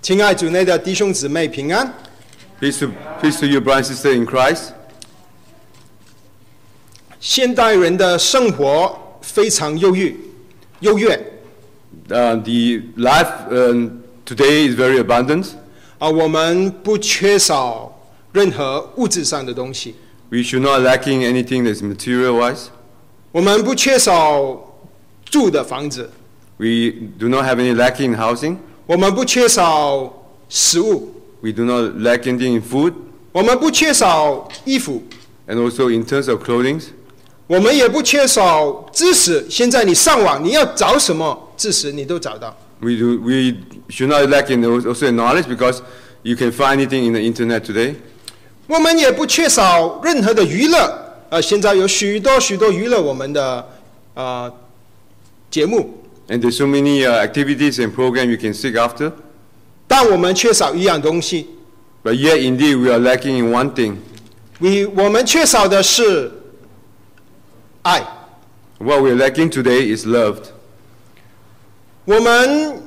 亲爱主内的弟兄姊妹平安， Peace to, peace to you, brother and sister in Christ. 现代人的生活非常忧郁、优越 Uh, the life um, today is very abundant. 啊，我们不缺少任何物质上的东西， We should not lacking anything that's material-wise. 我们不缺少住的房子， We do not have any lacking in housing. 我们不缺少食物， We do not lack anything in food, 我们不缺少衣服， and also in terms of clothing. 我们也不缺少知识。现在你上网，你要找什么知识，你都找到。 We do. We should not lack in also in knowledge because you can find anything in the internet today. 我们也不缺少任何的娱乐，呃，现在有许多许多娱乐我们的呃节目， And there's so many uh, activities and program you can seek after. 但我们缺少一样东西， But yet, indeed, we are lacking in one thing. 你我们缺少的是爱。 What we are lacking today is love. 我们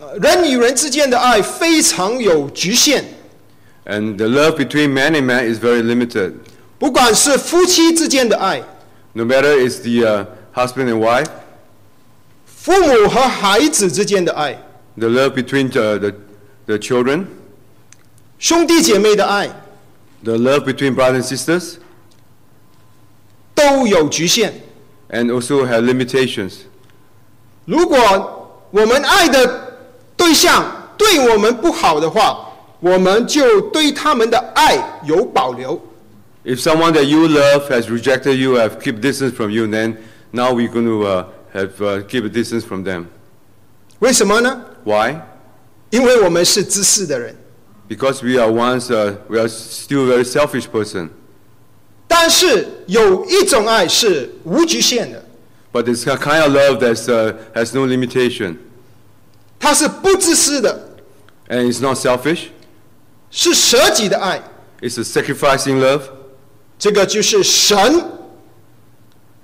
呃人与人之间的爱非常有局限， And the love between man and man is very limited. 不管是夫妻之间的爱、 No matter it's the uh, husband and wife, 父母和孩子之间的爱、 the love between uh, the, the, the children, 兄弟姐妹的爱， the love between brothers and sisters, 都有局限。 and also have limitations. 如果我们爱的对象对我们不好的话，我们就对他们的爱有保留。 If someone that you love has rejected you, have keep distance from you, then now we're going to uh, have uh, keep a distance from them. 为什么呢？ Why? 因为我们是自私的人。 Because we are once uh, we are still a very selfish person. 但是有一种爱是无局限的， But it's a kind of love that uh, has no limitation 它是不自私的， and it's not selfish. 是舍己的爱。 It's a sacrificing love. 这个就是神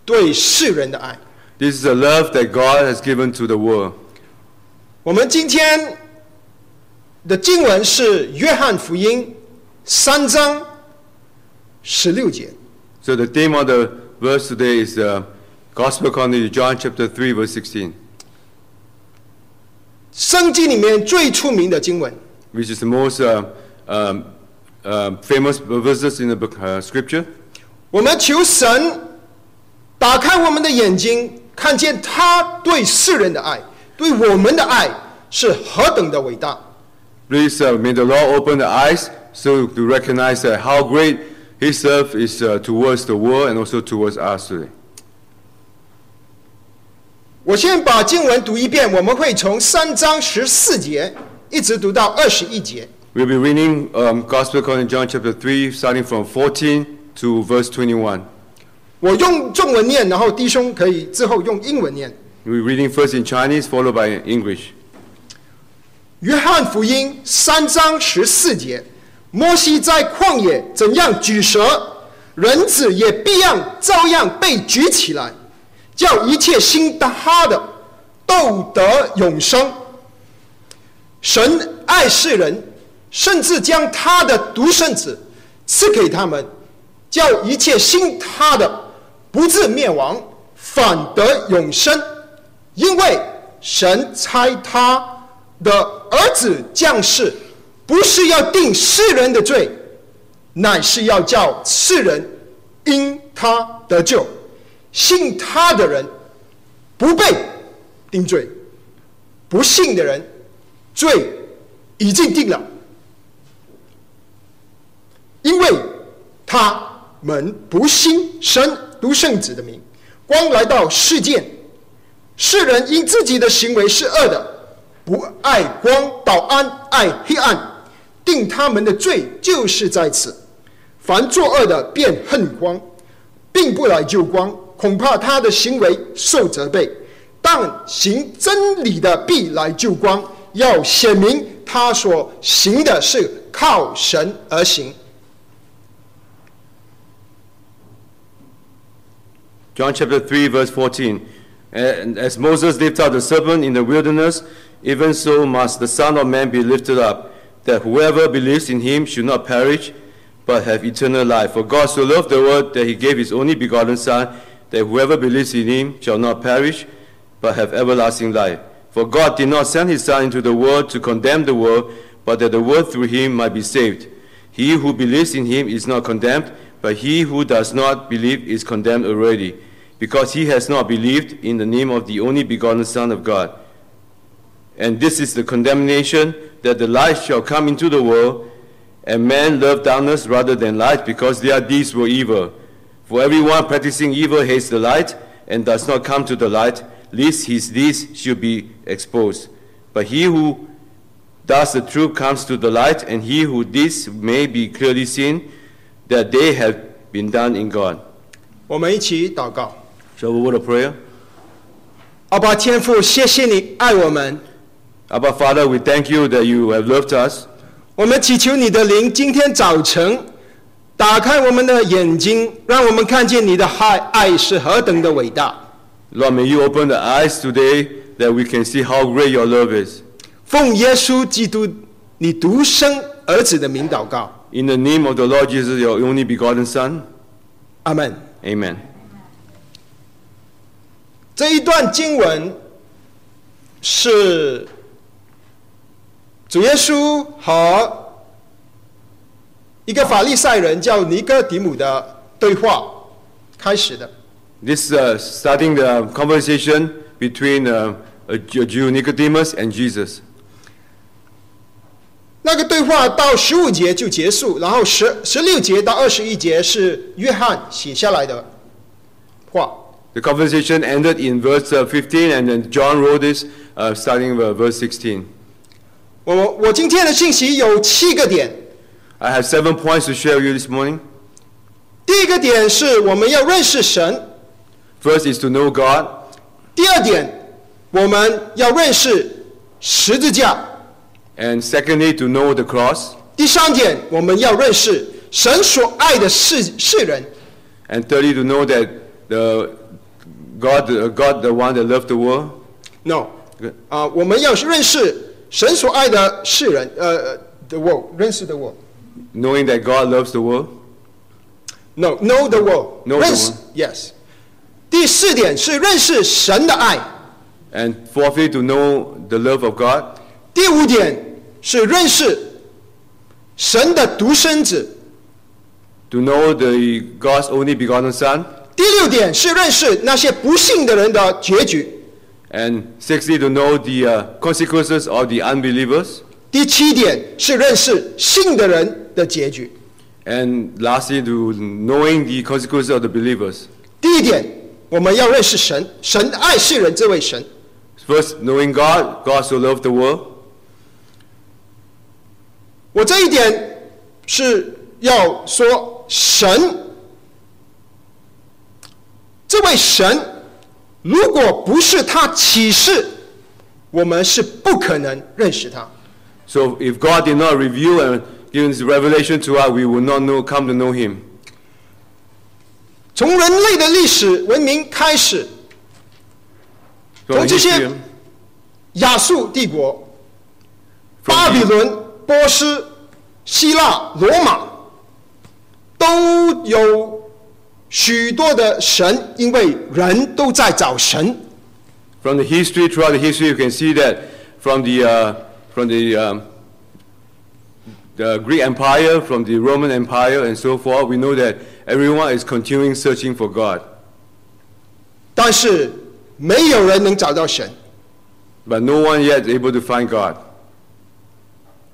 对世人的爱。 This is a love that God has given to the world. 我们今天的经文是约翰福音三章十六节。 So the theme of the verse today is uh, Gospel according to John chapter 3 verse 16, 圣经里面最出名的经文， which is the most uh, um, um, famous verses in the book, uh, scripture. 我们求神打开我们的眼睛，看见他对世人的爱，对我们的爱是何等的伟大。 Please uh, may the Lord open the eyes so to recognize uh, how great His love is uh, towards the world and also towards us today. 我先把经文读一遍，我们会从三章十四节一直读到二十一节。 We'll be reading um, Gospel according to John chapter 3, starting from 14 to verse 21. 我用中文念，然后弟兄可以之后用英文念。 We'll be reading first in Chinese, followed by in English. 约翰福音三章十四节：摩西在旷野怎样举蛇，人子也必样照样被举起来，叫一切信他的都得永生。神爱世人，甚至将他的独生子赐给他们，叫一切信他的不至灭亡，反得永生。因为神差他的儿子降世，不是要定世人的罪，乃是要叫世人因他得救。信他的人不被定罪，不信的人罪已经定了，因为他们不信神独圣子的名，光来到世界，世人因自己的行为是恶的，不爱光倒安爱黑暗，定他们的罪就是在此。凡作恶的便恨光，并不来救光，恐怕他的行为受责备；但行真理的必来救光，要显明他所行的是靠神而行。 John chapter 3, verse 14. And as Moses lifted up the serpent in the wilderness, Even so must the Son of Man be lifted up, that whoever believes in him should not perish, but have eternal life. For God so loved the world that he gave his only begotten Son, that whoever believes in him shall not perish, but have everlasting life. For God did not send his Son into the world to condemn the world, but that the world through him might be saved. He who believes in him is not condemned, but he who does not believe is condemned already, because he has not believed in the name of the only begotten Son of God. And this is the condemnation that the light shall come into the world, and men love darkness rather than light, because their deeds were evil. For everyone practicing evil hates the light and does not come to the light, lest his deeds should be exposed. But he who Thus the truth comes to the light, and he who this may be clearly seen that they have been done in God. 我们一起祷告， Shall we word a prayer? 阿爸天父，谢谢你爱我们， Abba Father, we thank you that you have loved us. 我们祈求你的灵今天早晨打开我们的眼睛，让我们看见你的爱爱是何等的伟大。 Lord, may you open the eyes today that we can see how great your love is. 奉耶稣基督你独生儿子的名祷告， In the name of the Lord Jesus, your only begotten Son. 阿门。 Amen. 这一段经文是主耶稣和一个法利赛人叫尼哥底母的对话开始的。 This uh, starting the conversation between uh, a Jew- Jew Nicodemus and Jesus. 那个对话到十五节就结束，然后十十六节到二十一节是约翰写下来的话。 The conversation ended in verse uh, 15, and then John wrote this uh, starting with verse 16. 我我今天的信息有七个点， I have seven points to share with you this morning. 第一个点是我们要认识神， First is to know God, 第二点我们要认识十字架， and secondly, to know the cross, 第三点我们要认识神所爱的世世人， and thirdly, to know that the God, uh, God, the one that loved the world, no，啊、我们要认识神所爱的世人，呃，the world，认识 the world，no knowing that God loves the world. know the world， Know the 认识 world yes。第四点是认识神的爱， And fourthly, to know the love of God. 第五点是认识神的独生子， To know the God's only begotten Son. 第六点是认识那些不信的人的结局， And sixthly, to know the uh, consequences of the unbelievers. 第七点是认识信的人的结局。 And lastly, to knowing the consequences of the believers. 第一点，我们要认识神，神爱世人这位神。 First, knowing God, God so loved the world. 我这一点是要说神，这位神，如果不是他启示，我们是不可能认识他。 So, if God did not reveal and give His revelation to us, we would not know, come to know Him. 从人类的历史文明开始， From the Don't you history- see- 亚述帝国、巴 from 比 the, 伦、波斯、希腊、罗马，都有许多的神，因为人都在找神。 from the history, throughout the history, you can see that from the, uh, from the, um, the Greek Empire, from the Roman Empire, and so forth, we know that everyone is continuing searching for God. 但是没有人能找到神， But no one yet is able to find God.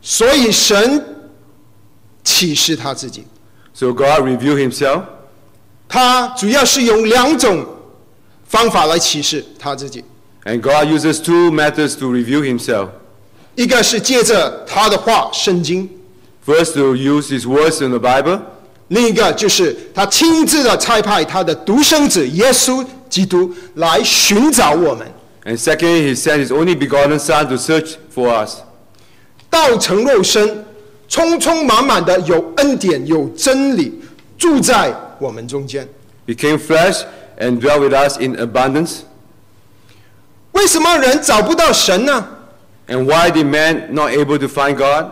所以神启示他自己。 So, God revealed Himself. 他主要是用两种方法来启示他自己， And God uses two methods to reveal Himself. 一个是借着他的话圣经， First, to use His words in the Bible, 另一个就是他亲自的差派他的独生子耶稣基督来寻找我们， and second, He sent His only begotten Son to search for us. 道成肉身，充充满满的有恩典有真理住在我们中间。 Became flesh and dwelt with us in abundance. 为什么人找不到神呢？ And why did man not able to find God?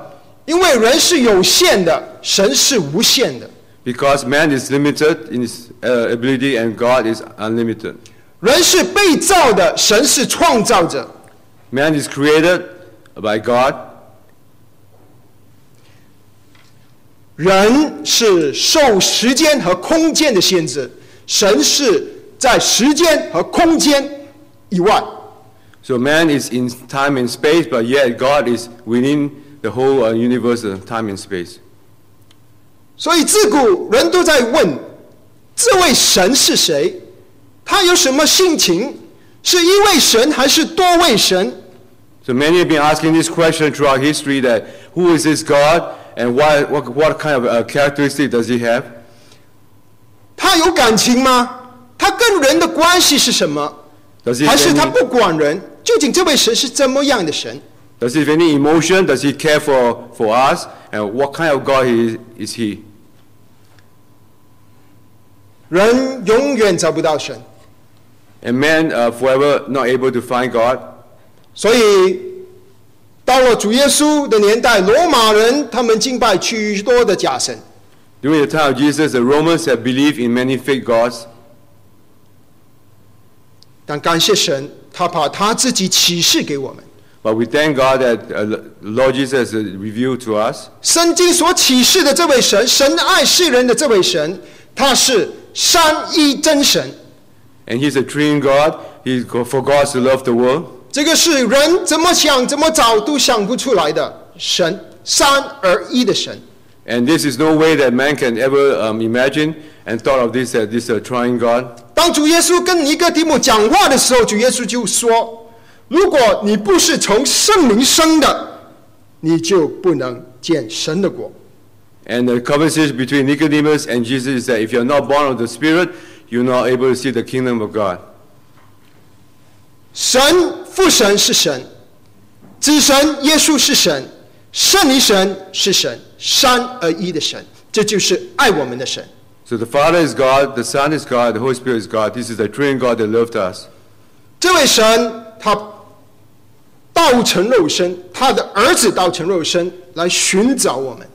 因为人是有限的，神是无限的。 Because man is limited in his uh, ability and God is unlimited. 人是被造的，神是创造者。 Man is created by God. 人是受时间和空间的限制，神是在时间和空间以外。 So man is in time and space, but yet God is within the whole uh, universe of time and space. 所以自古人都在问：这位神是谁？他有什么性情？是一位神还是多位神？ So many have been asking this question throughout history that who is this God and why, what, what kind of uh, characteristic does he have? 他有感情吗？他跟人的关系是什么？ Does he 还 have 是他 any, 不管人？究竟这位神是怎么样的神？ does he have any emotion? Does he care for, for us? And what kind of God he, is he? 人永远找不到神， And man uh, forever not able to find God. 所以到了主耶稣的年代，罗马人他们敬拜许多的假神， During the time of Jesus, the Romans have believed in many fake gods. 但感谢神，他把他自己启示给我们。 But we thank God that uh, the Lord Jesus has revealed to us 圣经所启示的这位神，神爱世人的这位神，他是三一真神。 And he's a triune God. He, for God to love the world. 这个是人怎么想、怎么找都想不出来的神，三而一的神。 And this is no way that man can ever um, imagine and thought of this, uh, this uh, triune God. 当主耶稣跟尼哥底母讲话的时候，主耶稣就说：“如果你不是从圣灵生的，你就不能见神的国。 And the conversation between Nicodemus and Jesus is that if you're not born of the Spirit, you're not able to see the kingdom of God. ”神父神是神，子神耶稣是神，圣灵神是神，三而一的神，这就是爱我们的神。 So the Father is God, the Son is God, the Holy Spirit is God. This is the triune God that loved us. 这位神他道成肉身，他的儿子道成肉身来寻找我们。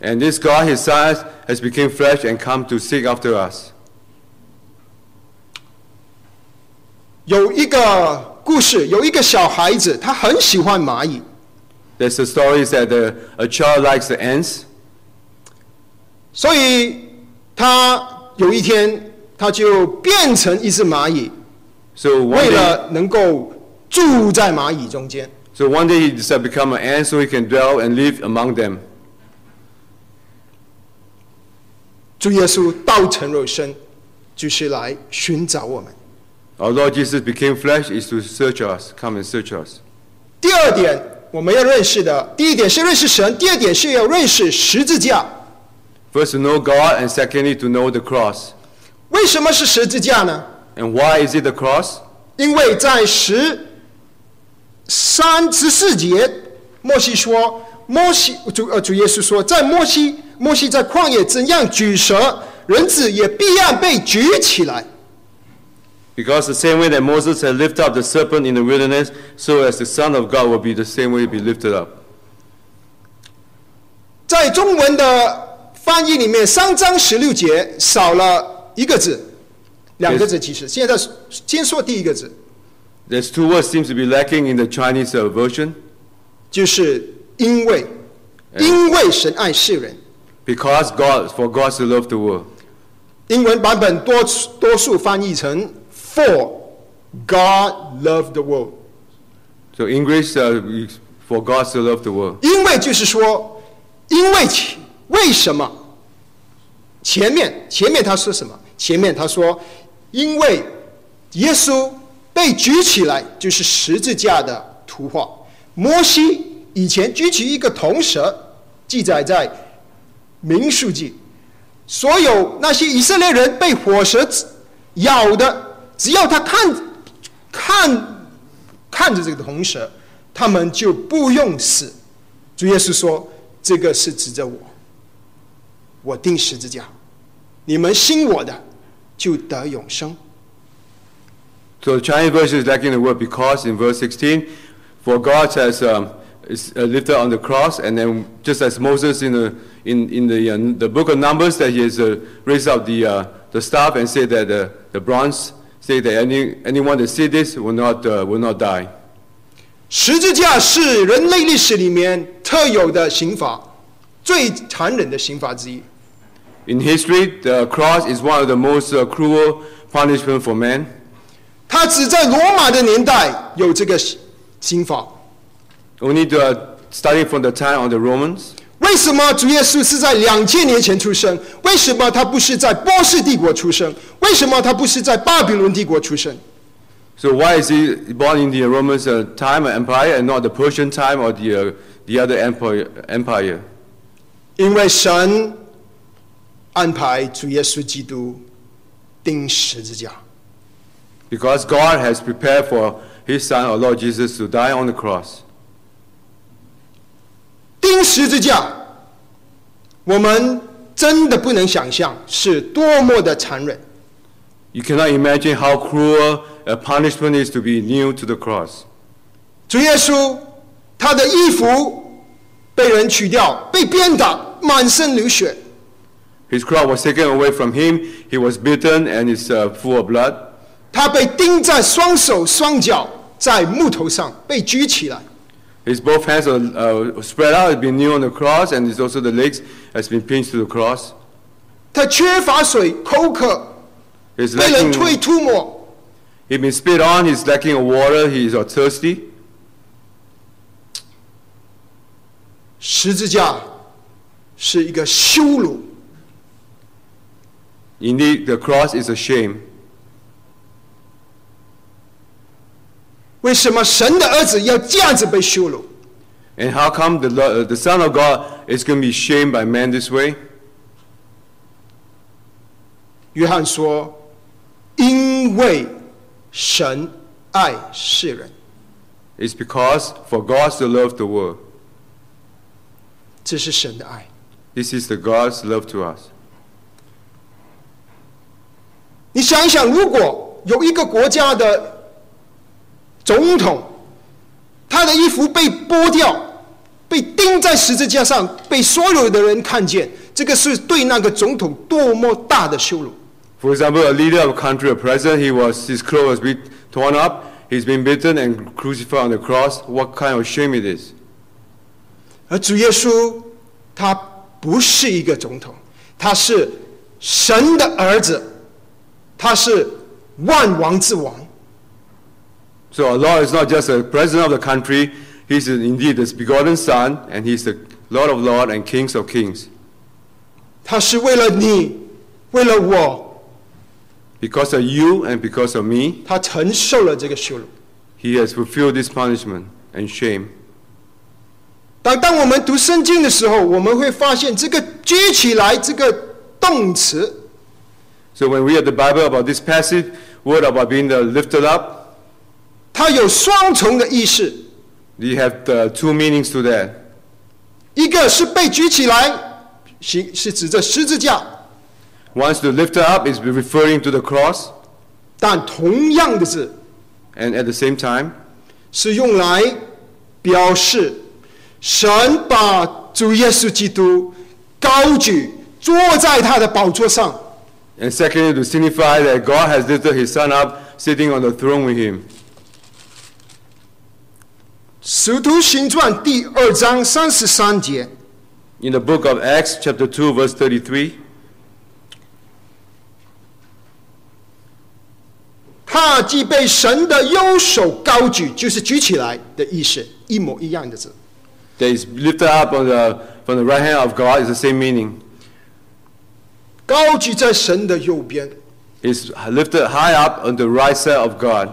And this God, His Son, has become flesh and come to seek after us. 有一个故事，有一个小孩子，他很喜欢蚂蚁， There's a story that the, a child likes the ants, 所以他有一天他就变成一只蚂蚁， so one 为 day, 了能够住在蚂蚁中间。 so one day he decided to become an ant so he can dwell and live among them. 主耶稣道成肉身，就是来寻找我们。 Our Lord Jesus became flesh is to search us, come and search us. 第二点，我们要认识的，第一点是认识神，第二点是要认识十字架。 First to know God, and secondly to know the cross. 为什么是十字架呢？ And why is it the cross? 因为在十三十四节，摩西说，摩西主呃主耶稣说，在摩西摩西在旷野怎样举蛇，人子也必然被举起来。 Because the same way that Moses had lifted up the serpent in the wilderness, so as the Son of God will be the same way be lifted up. 在中文的翻译里面，三章十六节少了一个字，两个字其实。现在先说第一个字， There's two words seems to be lacking in the Chinese uh, version. 就是因为，因为神爱世人。 Because God, for God to love the world. 英文版本多多数翻译成 “For God loved the world”， So English, uh, is for God to love the world. 因为就是说，因为其为什么？前面前面他说什么？前面他说，因为耶稣被举起来就是十字架的图画。摩西以前举起一个铜蛇，记载在民数记。所有那些以色列人被火蛇咬的，只要他看看看着这个红蛇，他们就不用死。主耶稣说：“这个是指着我，我定十字架，你们信我的，就得永生。 So the Chinese version is lacking the word because in verse 16. For God has um, is uh, lifted on the cross, and then just as Moses in the in, in the uh, the book of Numbers, that he has uh, raised up the uh, the staff and said that uh, the bronze, say that any anyone that see this will not uh, will not die. 十字架是人类历史里面特有的刑罚，最残忍的刑罚之一。 In history, the cross is one of the most uh, cruel punishment for man. 它只在罗马的年代有这个刑罚。 Only the, uh, starting from the time of the Romans. 为什么主耶稣是在两千年前出生？为什么他不是在波斯帝国出生？为什么他不是在巴比伦帝国出生？ So why is he born in the Roman uh, time and empire and not the Persian time or the, uh, the other empire, empire? 因为神安排主耶稣基督钉十字架。 Because God has prepared for his son, our Lord Jesus, to die on the cross. 钉十字架，我们真的不能想象是多么的残忍。 You cannot imagine how cruel a punishment is to be nailed to the cross. 主耶稣，他的衣服被人取掉，被鞭打，满身流血。 His crown was taken away from him, he was beaten, and is uh, full of blood. 他被钉在双手双脚在木头上被举起来， His both hands are uh, spread out, has been nailed on the cross, and his also the legs has been pinched to the cross. 他缺乏水，口渴， He's 被人 lacking, 推吐沫。 he's been spit on, he's lacking of water, he's uh, thirsty. 十字架是一个羞辱， Indeed, the cross is a shame. 为什么神的儿子要这样子被羞辱？ And how come the, Lo- uh, the Son of God is going to be shamed by man this way? 约翰说：“因为神爱世人。 It's because for God to love the world. ”这是神的爱。 This is the God's love to us. 你想一想，如果有一个国家的总统，他的衣服被剥掉，被钉在十字架上，被所有的人看见，这个是对那个总统多么大的羞辱！ For example, a leader of a country, a president, he was, his clothes was be torn up, he's been beaten and crucified on the cross. What kind of shame it is? 而主耶稣，他不是一个总统，他是神的儿子，他是万王之王。 So our Lord is not just a president of the country, he's indeed his begotten son, and he's the Lord of Lords and Kings of Kings. 他是为了你，为了我， Because of you and because of me, 他承受了这个羞辱。 he has fulfilled this punishment and shame. 当当我们读圣经的时候，我们会发现这个“举起来”这个动词， So when we read the Bible about this passage, word about being uh, lifted up, 它有双重的意思， we have uh, two meanings to that. 一个是被举起来，是是指着十字架， Once to lift up is referring to the cross, 但同样的字 and at the same time, 是用来表示神把主耶稣基督高举，坐在他的宝座上， and secondly to signify that God has lifted his son up, sitting on the throne with《him. 使徒行传》第二章三十三节。 In the book of Acts, chapter 2, verse 33, 他既被神的右手高举，就是举起来的意思，一模一样的字。 that is lifted up on the, from the right hand of God is the same meaning. 高举在神的右边， It's lifted high up on the right side of God.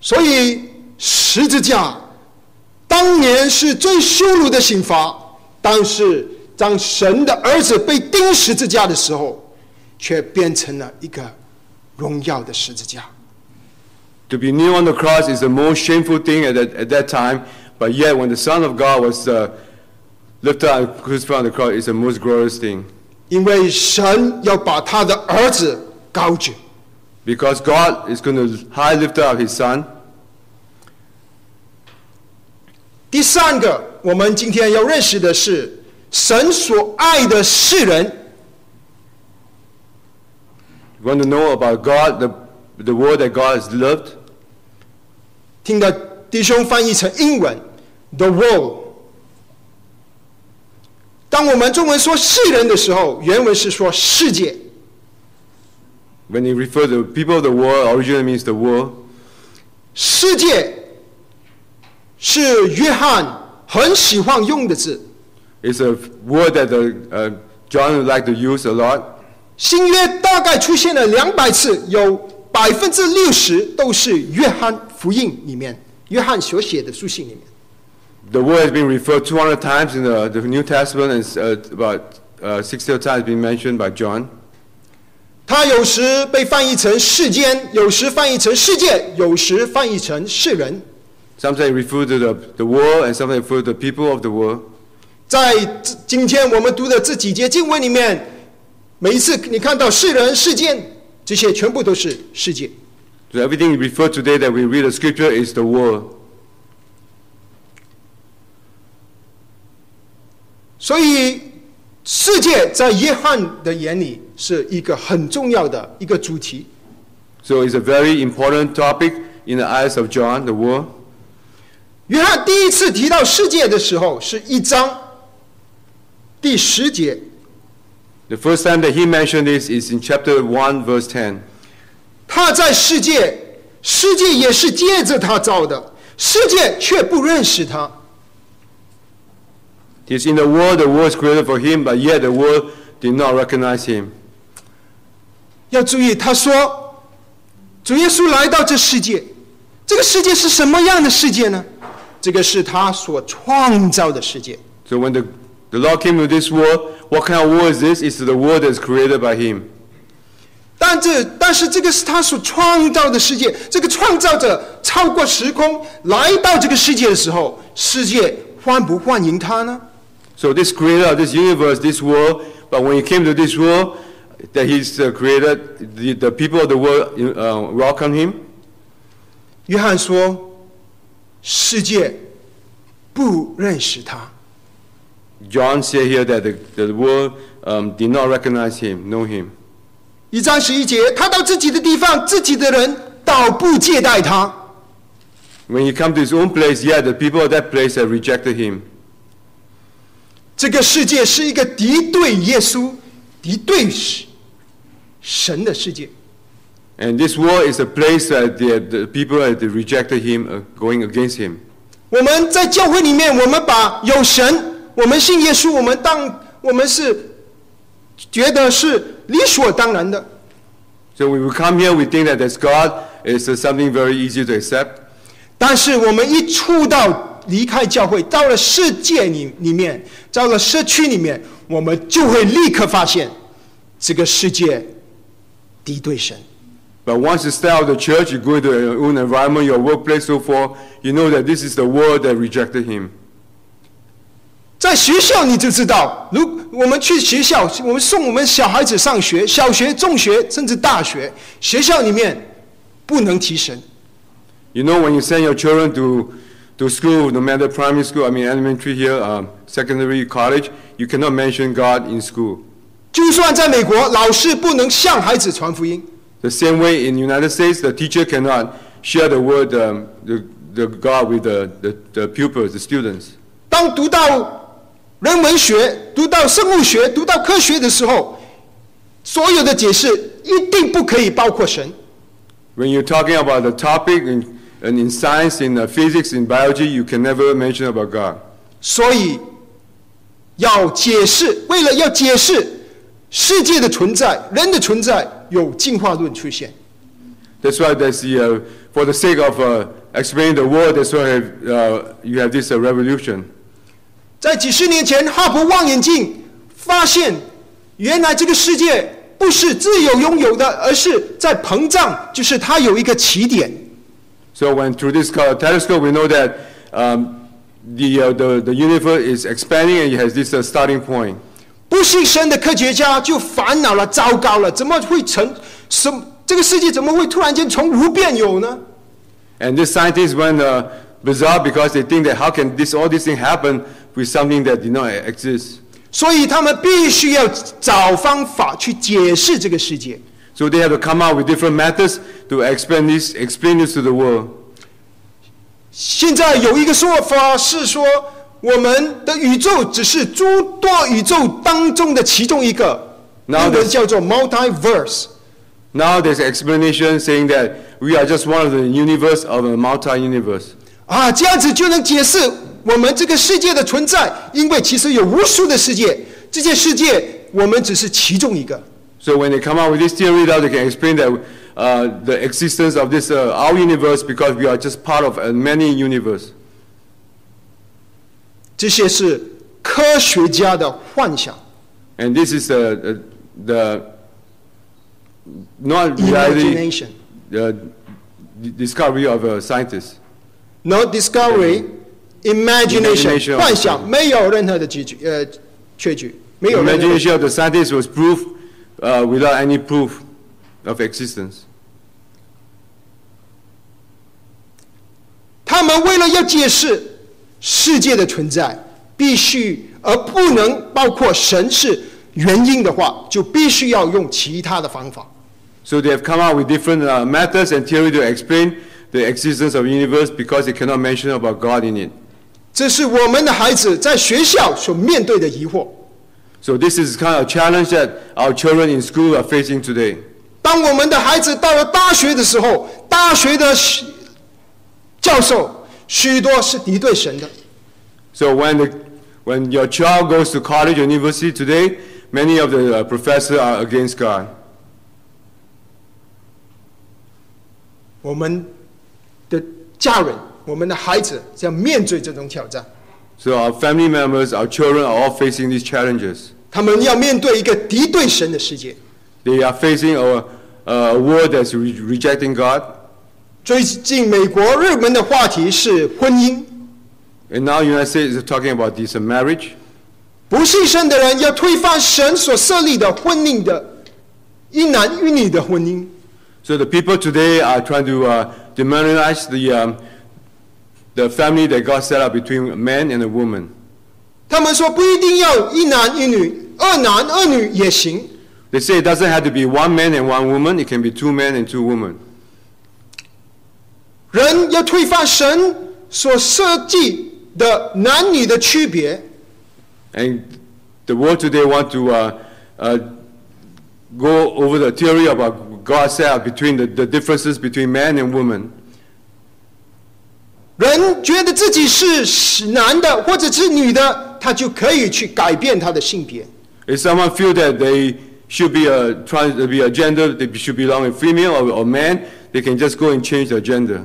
所以十字架当年是最羞辱的刑罚，但是当神的儿子被钉十字架的时候，却变成了一个荣耀的十字架。 To be nailed on the cross is the most shameful thing at that, at that time, but yet when the Son of God was uh, lifted up and crucified on the cross, it's the most glorious thing. 因为神要把他的儿子高举， Because God is going to high lift up his son. 第三个，我们今天要认识的是，神所爱的世人， You want to know about God, the, the world that God has loved? 听的弟兄翻译成英文，the world。当我们中文说世人的时候，原文是说世界。 When you refer to people of the world, originally means the world. 世界是约翰很喜欢用的字。 It's a word that the, uh, John would like to use a lot. 新约大概出现了两百次，有百分之六十都是约翰福音里面，约翰所写的书信里面。 The word has been referred 200 times in the, the New Testament and uh, about uh, 60 times been mentioned by John. 它有时被翻译成世间，有时翻译成世界，有时翻译成世人。 Sometimes it refer to the, the world and sometimes refer to the people of the world. 在这今天我们读的这几节经文里面，每一次你看到世人、事件，这些全部都是世界。 So everything referred today that we read the scripture is the world. 所以，世界在约翰的眼里是一个很重要的一个主题。 So it's a very important topic in the eyes of John, the world. 约翰第一次提到世界的时候，是一章第十节。 The first time that he mentioned this is in chapter 1, verse 10. 他在世界，世界也是借着他造的，世界却不认识他。 He's in the world, the world is created for him, but yet the world did not recognize him. 要注意，他说，主耶稣来到这世界，这个世界是什么样的世界呢？这个是他所创造的世界。 So when the, the Lord came to this world, what kind of world is this? It's the world that's created by him. 但这但是这个是他所创造的世界，这个创造者超过时空来到这个世界的时候，世界欢不欢迎他呢？ So this creator of this universe, this world, but when he came to this world, that he's uh, created, the, the people of the world uh, welcomed him. 约翰说：“世界不认识他。 John said here that the, the world um, did not recognize him, know him. ”一章十一节，他到自己的地方，自己的人倒不接待他。 When he come to his own place, yeah, the people of that place have rejected him. 这个世界是一个敌对耶稣、敌对神的世界。 And this world is a place that the, the people that they rejected him are going against him. 我们在教会里面，我们把有神，我们信耶稣，我们当我们是觉得是理所当然的。 So when we come here, we think that there's God is uh, something very easy to accept. 但是我们一触到离开教会，到了世界里里面，到了社区里面，我们就会立刻发现，这个世界敌对神。 But once you step out of the church, you go into your own environment, your workplace, so forth, you know that this is the world that rejected him. 在学校你就知道，如我们去学校，我们送我们小孩子上学，小学、中学甚至大学，学校里面不能提神， You know, when you send your children to, to school, no matter primary school, I mean elementary here, um, secondary, college, you cannot mention God in school. 就算在美国，老师不能向孩子传福音， The same way in United States, the teacher cannot share the word, um, the, the God with the, the, the pupils, the students. 当读到人文学、读到生物学、读到科学的时候，所有的解释一定不可以包括神。 When you're talking about the topic in, and in science, in uh, physics, in biology, you can never mention about God. 所以，要解释，为了要解释世界的存在、人的存在，有进化论出现。 That's why there's the, uh, for the sake of uh, explaining the world, that's why uh, you have this uh, revolution. 在几十年前，哈勃望远镜发现，原来这个世界不是自由拥有的，而是在膨胀，就是它有一个起点。 So when through this co- telescope, we know that um, the, uh, the, the universe is expanding and it has this uh, starting point. 不信神的科学家就烦恼了，糟糕了，怎么会成什？这个世界怎么会突然间从无变有呢？ And this scientist, when uh, bizarre because they think that how can this all these things happen with something that did not exist. 所以他们必须要找方法去解释这个世界。 So they have to come out with different methods to explain this, explain this to the world. 现在有一个说法是说，我们的宇宙只是诸多宇宙当中的其中一个， Now 英 there's- 文叫做 multiverse。 Now there's explanation saying that we are just one of the universe of a multi-universe. 啊，这样子就能解释我们这个世界的存在，因为其实有无数的世界，这些世界我们只是其中一个。 So when they come out with this theory, now they can explain that uh, the existence of this uh, our universe because we are just part of a many universe. 这些是科学家的幻想， And this is the the, the not Imagination. reality, the d- discovery of a scientist. no discovery, imagination， Imagination 幻想没有任何的结局，呃，确据没有 The 任何的 imagination of the scientist was proof uh, without any proof of existence. 他们为了要解释世界的存在，必须而不能包括神是原因的话，就必须要用其他的方法。 So they have come out with different uh, methods and theory to explain the existence of universe because they cannot mention about God in it. 这是我们的孩子在学校所面对的疑惑。 So this is kind of a challenge that our children in school are facing today. 当我们的孩子到了大学的时候，大学的许教授许多是敌对神的， So when, the, when your child goes to college or university today, many of the uh, professors are against God. 我们的家人、我们的孩子要面对这种挑战， So our family members, our children are all facing these challenges. 他们要面对一个敌对神的世界。 They are facing a, a world that's re- rejecting God. 最近美国热门的话题是婚姻， And now United States is talking about this uh, marriage. 不信神的人要推翻神所设立的婚姻的一男一女的婚姻。 So the people today are trying to uh, demonize the, um, the family that God set up between a man and a woman. 他们说不一定要一男一女，二男二女也行。 They say it doesn't have to be one man and one woman, it can be two men and two women. 人要推翻神所设计的男女的区别， And the world today want to uh, uh, go over the theory about God set up between the, the differences between man and woman. 人觉得自己是男的或者是女的，他就可以去改变他的性别。 If someone feel that they should be a, trans, be a gender, they should belong in female or, or man, they can just go and change their gender.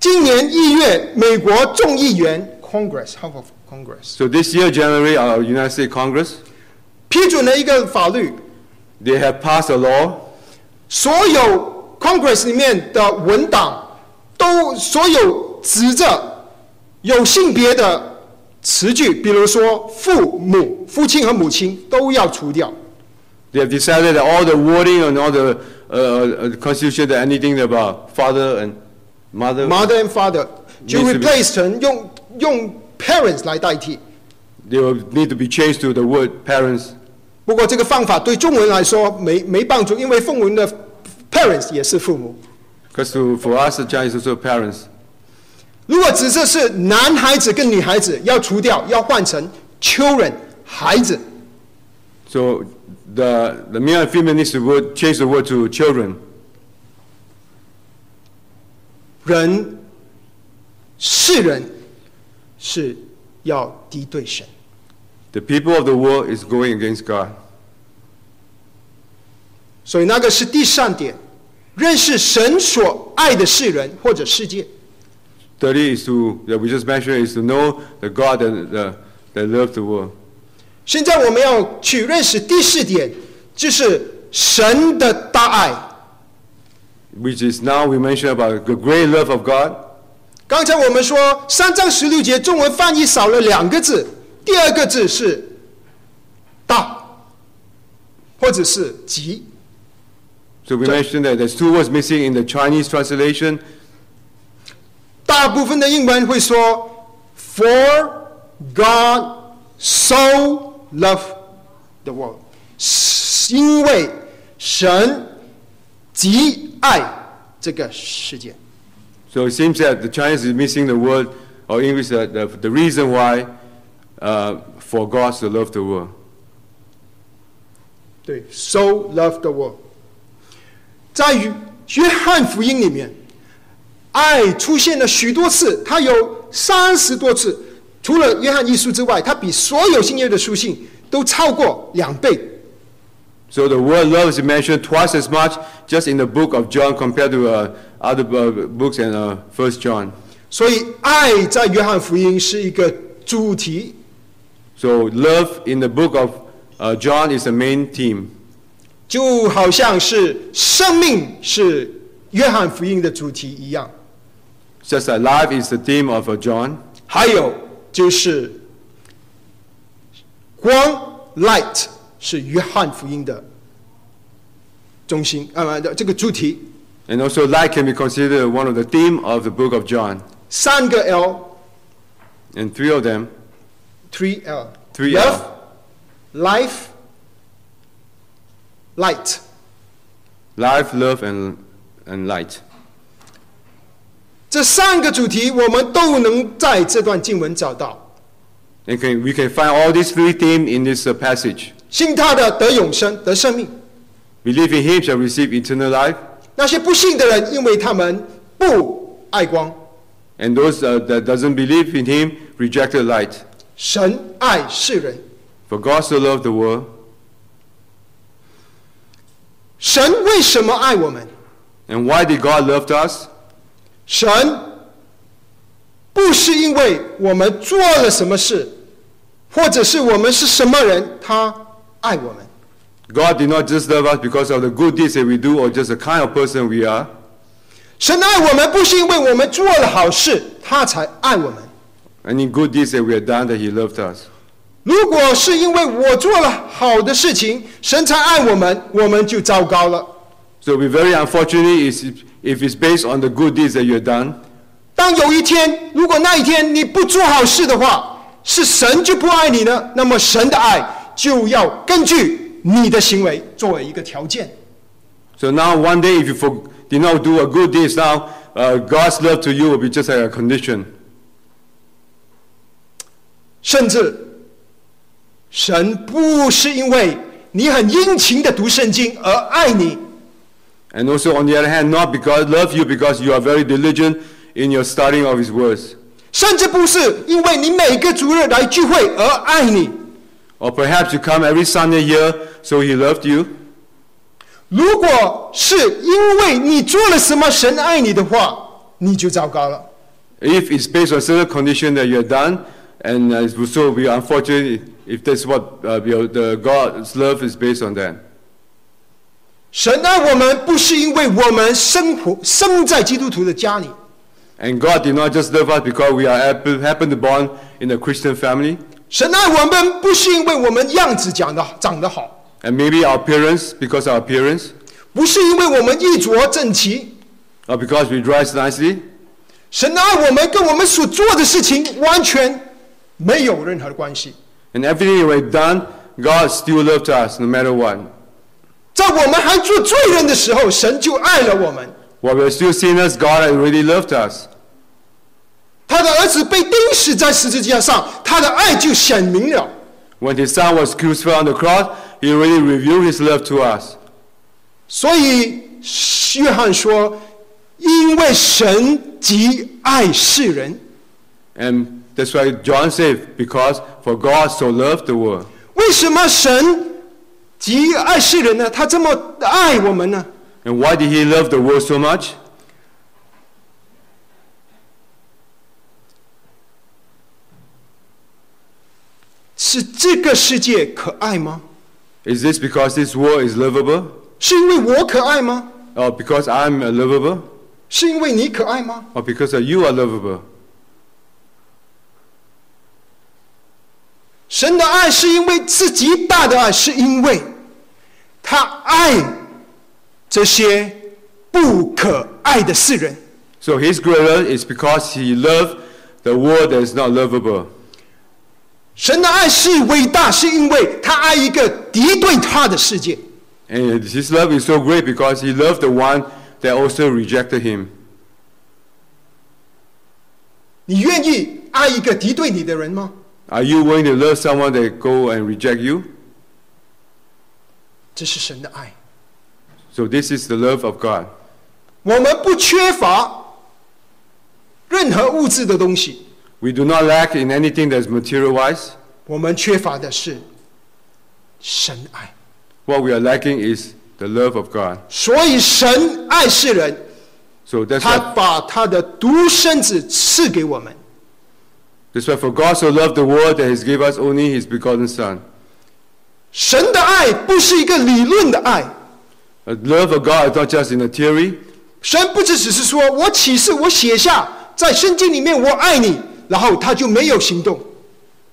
今年一月，美国众议员 Congress House of Congress So this year, January, our United States Congress, 批准了一个法律， they have passed a law 所有 Congress 里面的文档都所有指着有性别的词句，比如说父母、父亲和母亲都要除掉。 They have decided that all the wording and all the uh, uh, constitution, that anything about father and mother, mother and father 就 Needs to be- replace 成用用 parents 来代替。 they will need to be changed to the word parents. 不过这个方法对中文来说没没帮助，因为中文的 parents 也是父母。 Because for us, the Chinese is also parents. 如果只是是男孩子跟女孩子要除掉，要换成 children 孩子。 So the, the male and female needs to word, change the word to children. 人世人是要敌对神， The people of the world is going against God. 所以那个是第三点，认识神所爱的世人或者世界。 Thirty is to, that we just mentioned, is to know the God that, that, that loved the world. 现在我们要去认识第四点，就是神的大爱。 Which is now we mentioned about the great love of God. 刚才我们说三章十六节中文翻译少了两个字，第二个字是“大”或者是“极 So we mentioned that there's two words missing in the Chinese translation. ”。大部分的英文会说 For God so loved the world，是因为神极爱这个世界。 So it seems that the Chinese is missing the word, or English, the, the, the reason why uh, for God to love the world. 对，so loved the world。在约约翰福音里面，爱出现了许多次，它有三十多次。除了约翰一书之外，它比所有新约的书信都超过两倍。 So the word love is mentioned twice as much just in the book of John compared to uh, other uh, books and uh, First John. 所以，爱在约翰福音是一个主题， So love in the book of uh, John is the main theme. 就好像是生命是约翰福音的主题一样。 Just like life is the theme of uh, John. 还有就是光 （light） 是约翰福音的中心，呃，这个主题 And also light can be considered one of the theme of the book of John. 三个 L，three And three of them, L， Three love L、 life、light。 life, love, and, and light. 这三个主题我们都能在这段经文找到。 And can, we can find all these three themes in this uh, passage. 信他的得永生，得生命； Believe in him shall receive eternal life, 那些不信的人，因为他们不爱光， and those uh, that doesn't believe in him reject the light. 神爱世人， For God so loved the world, 神为什么爱我们？ and why did God love us? 神不是因为我们做了什么事，或者是我们是什么人，他爱我们。 God did not just love us because of the good deeds that we do or just the kind of person we are. 神爱我们不是因为我们做了好事，他才爱我们。 Any good deeds that we have done that He loved us. 如果是因为我做了好的事情，神才爱我们，我们就糟糕了。 So we very unfortunately is if- if it's based on the good deeds that you have done. 当有一天，如果那一天你不做好事的话，是神就不爱你呢？那么神的爱就要根据你的行为作为一个条件。 So now one day if you for, did not do a good deeds now, uh, God's love to you will be just like a condition. 甚至，神不是因为你很殷勤的读圣经而爱你， And also on the other hand, not because love you because you are very diligent in your studying of His words. 甚至不是因为你每个主日来聚会而爱你。 Or perhaps you come every Sunday here, so He loved you. 如果是因为你做了什么神爱你的话，你就糟糕了。 If it's based on certain condition that you have done, and uh, it will so be unfortunate if that's what uh, your, the God's love is based on that. 神爱我们，不是因为我们生活生在基督徒的家里， And God did not just love us because we are happen, happen to born in a Christian family, 神爱我们不是因为我们样子讲的长得好， and maybe our appearance because our appearance, 不是因为我们衣着整齐。 or because we dress nicely. 神爱我们跟我们所做的事情完全没有任何的关系。 And everything we've done, God still loved us no matter what. 在我们还做罪人的时候，神就爱了我们。 While we are still sinners, God already loved us. 他的儿子被钉死在十字架上，他的爱就显明了。 When His Son was crucified on the cross, He already revealed His love to us. 所以约翰说：“因为神极爱世人。” And that's why John said, because for God so loved the world. 为什么神极爱世人呢？他这么爱我们呢？ And why did he love the world so much? 是这个世界可爱吗？ Is this because this world is lovable? 是因为我可爱吗？ Or because I'm uh, lovable? 是因为你可爱吗？ Or because uh, you are lovable? 神的爱是因为自己大的爱，是因为他爱这些不可爱的世人。 So his greater is because he loved the world that is not lovable. 神的爱是伟大，是因为他爱一个敌对他的世界。 And his love is so great because he loved the one that also rejected him. 你愿意爱一个敌对你的人吗？ Are you willing to love someone that go and reject you? 这是神的爱。 So this is the love of God. 我们不缺乏任何物质的东西， We do not lack in anything that's material wise. 我们缺乏的是神的爱。 What we are lacking is the love of God. 所以神爱世人， So that's 他 why, 把他的独生子赐给我们。 that's why for God so loved the world that he's given us only his begotten Son. 神的爱不是一个理论的爱， The love of God is not just in a theory. 神不只只是说我启示我写下在圣经里面我爱你，然后他就没有行动。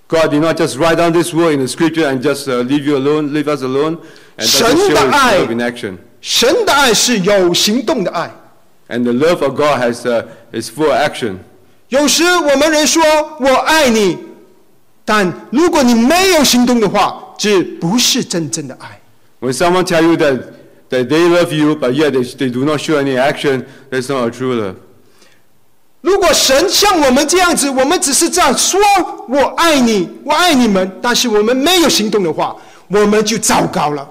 God did not just write down this word in the scripture and just uh, leave you alone, leave us alone, and doesn't show his 神的爱 love in action. 神的爱是有行动的爱。 And the love of God has uh, is full of action. 有时我们人说我爱你，但如果你没有行动的话，这不是真正的爱。 When someone tell you that, that they love you, but yet they, they do not show any action, that's not a true love. 如果神像我们这样子，我们只是这样说“我爱你，我爱你们”，但是我们没有行动的话，我们就糟糕了。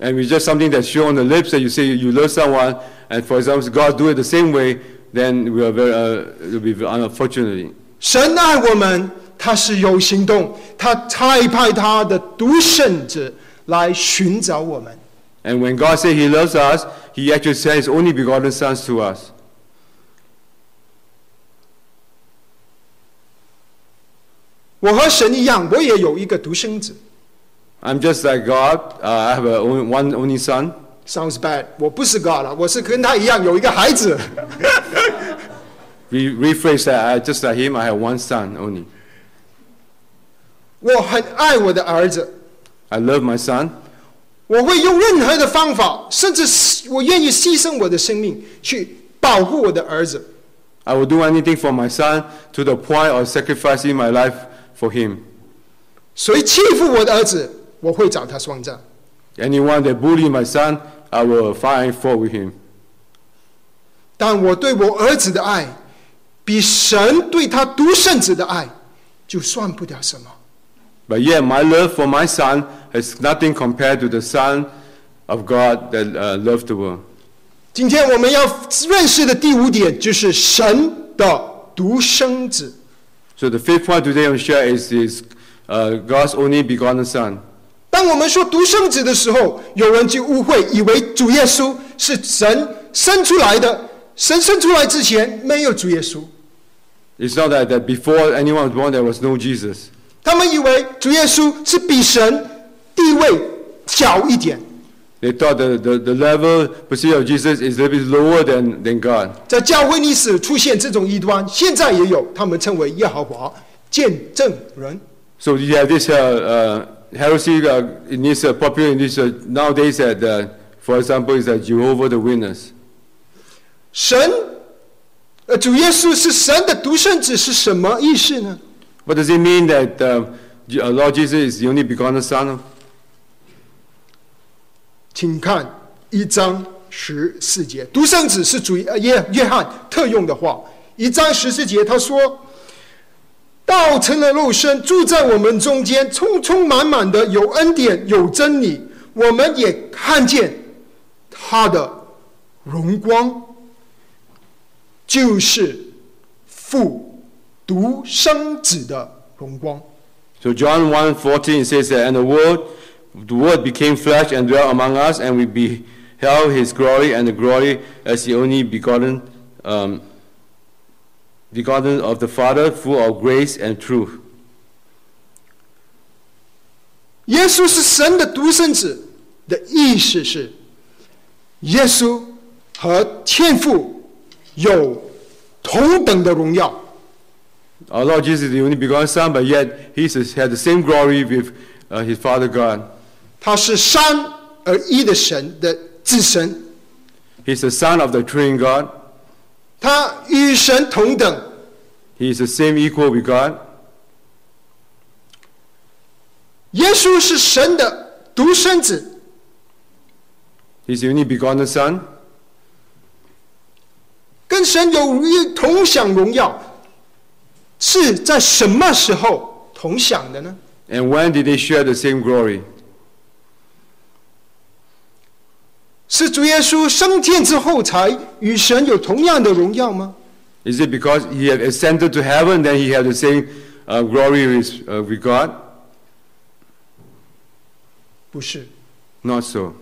And it's just something that's shown on the lips that you say you love someone, and for example, God do it the same way, then we are very, uh, it'll be very unfortunately. 神爱我们，他是有行动，他差派他的独生子来寻找我们。 And when God says He loves us, He actually sends His only begotten Son to us. 我和神一样，我也有一个独生子。 I'm just like God. Uh, I have a only, one only son. Sounds bad，我不是 God 啊了，我是跟他一样有一个孩子。 Re- rephrase that. I, just like Him, I have one son only. 我很爱我的儿子， I love my son. 我会用任何的方法，甚至是我愿意牺牲我的生命去保护我的儿子。 I will do anything for my son to the point of sacrificing my life for him. 谁欺负我的儿子，我会找他算账。 Anyone that bully my son, I will find fault with him. 但我对我儿子的爱，比神对他独生子的爱，就算不了什么。 But yet, my love for my son is nothing compared to the Son of God that uh, loved the world. 今天我们要认识的第五点就是神的独生子。 So the fifth point today I'll share is, is uh, God's only begotten Son. 当我们说独生子的时候，有人就误会，以为主耶稣是神生出来的。神生出来之前没有主耶稣， It's not that, that before anyone was born there was no Jesus. 他们以为主耶稣是比神地位小一点。 They thought the, the, the level perceived of Jesus is a little bit lower than, than God. 在教会历史出现这种异端，现在也有，他们称为耶和华见证人。 So you have this uh, uh, heresy uh, in this uh, popular in this uh, nowadays that, uh, for example, is that Jehovah the Witness. 神，呃，主耶稣是神的独生子是什么意思呢？ What does it mean that uh, Je- uh, Lord Jesus is the only begotten Son? 请看一章十四节，独生子是主呃约约翰特用的话。一章十四节他说：“道成了肉身，住在我们中间，充充满满的有恩典，有真理。我们也看见他的荣光，就是父独生子的荣光。” So John 1.14 says that, And the Word, the Word became flesh and dwelt among us, and we beheld His glory and the glory as the only begotten, um, begotten of the Father, full of grace and truth. 耶稣是神的独生子的意思是，耶稣和天父有同等的荣耀。 Our Lord Jesus is the only begotten Son, but yet He s- had the same glory with uh, His Father God. 他是三而一的神的子神， He's the Son of the Trinity God. 他与神同等， He is the same equal with God. 耶稣是神的独生子， He's the only begotten Son. 跟神有一同享荣耀，是在什么时候同享的呢？ And when did they share the same glory? 是主耶稣升天之后才与神有同样的荣耀吗？ Is it because he had ascended to heaven, then he had the same uh, glory with, uh, with God? 不是， Not so.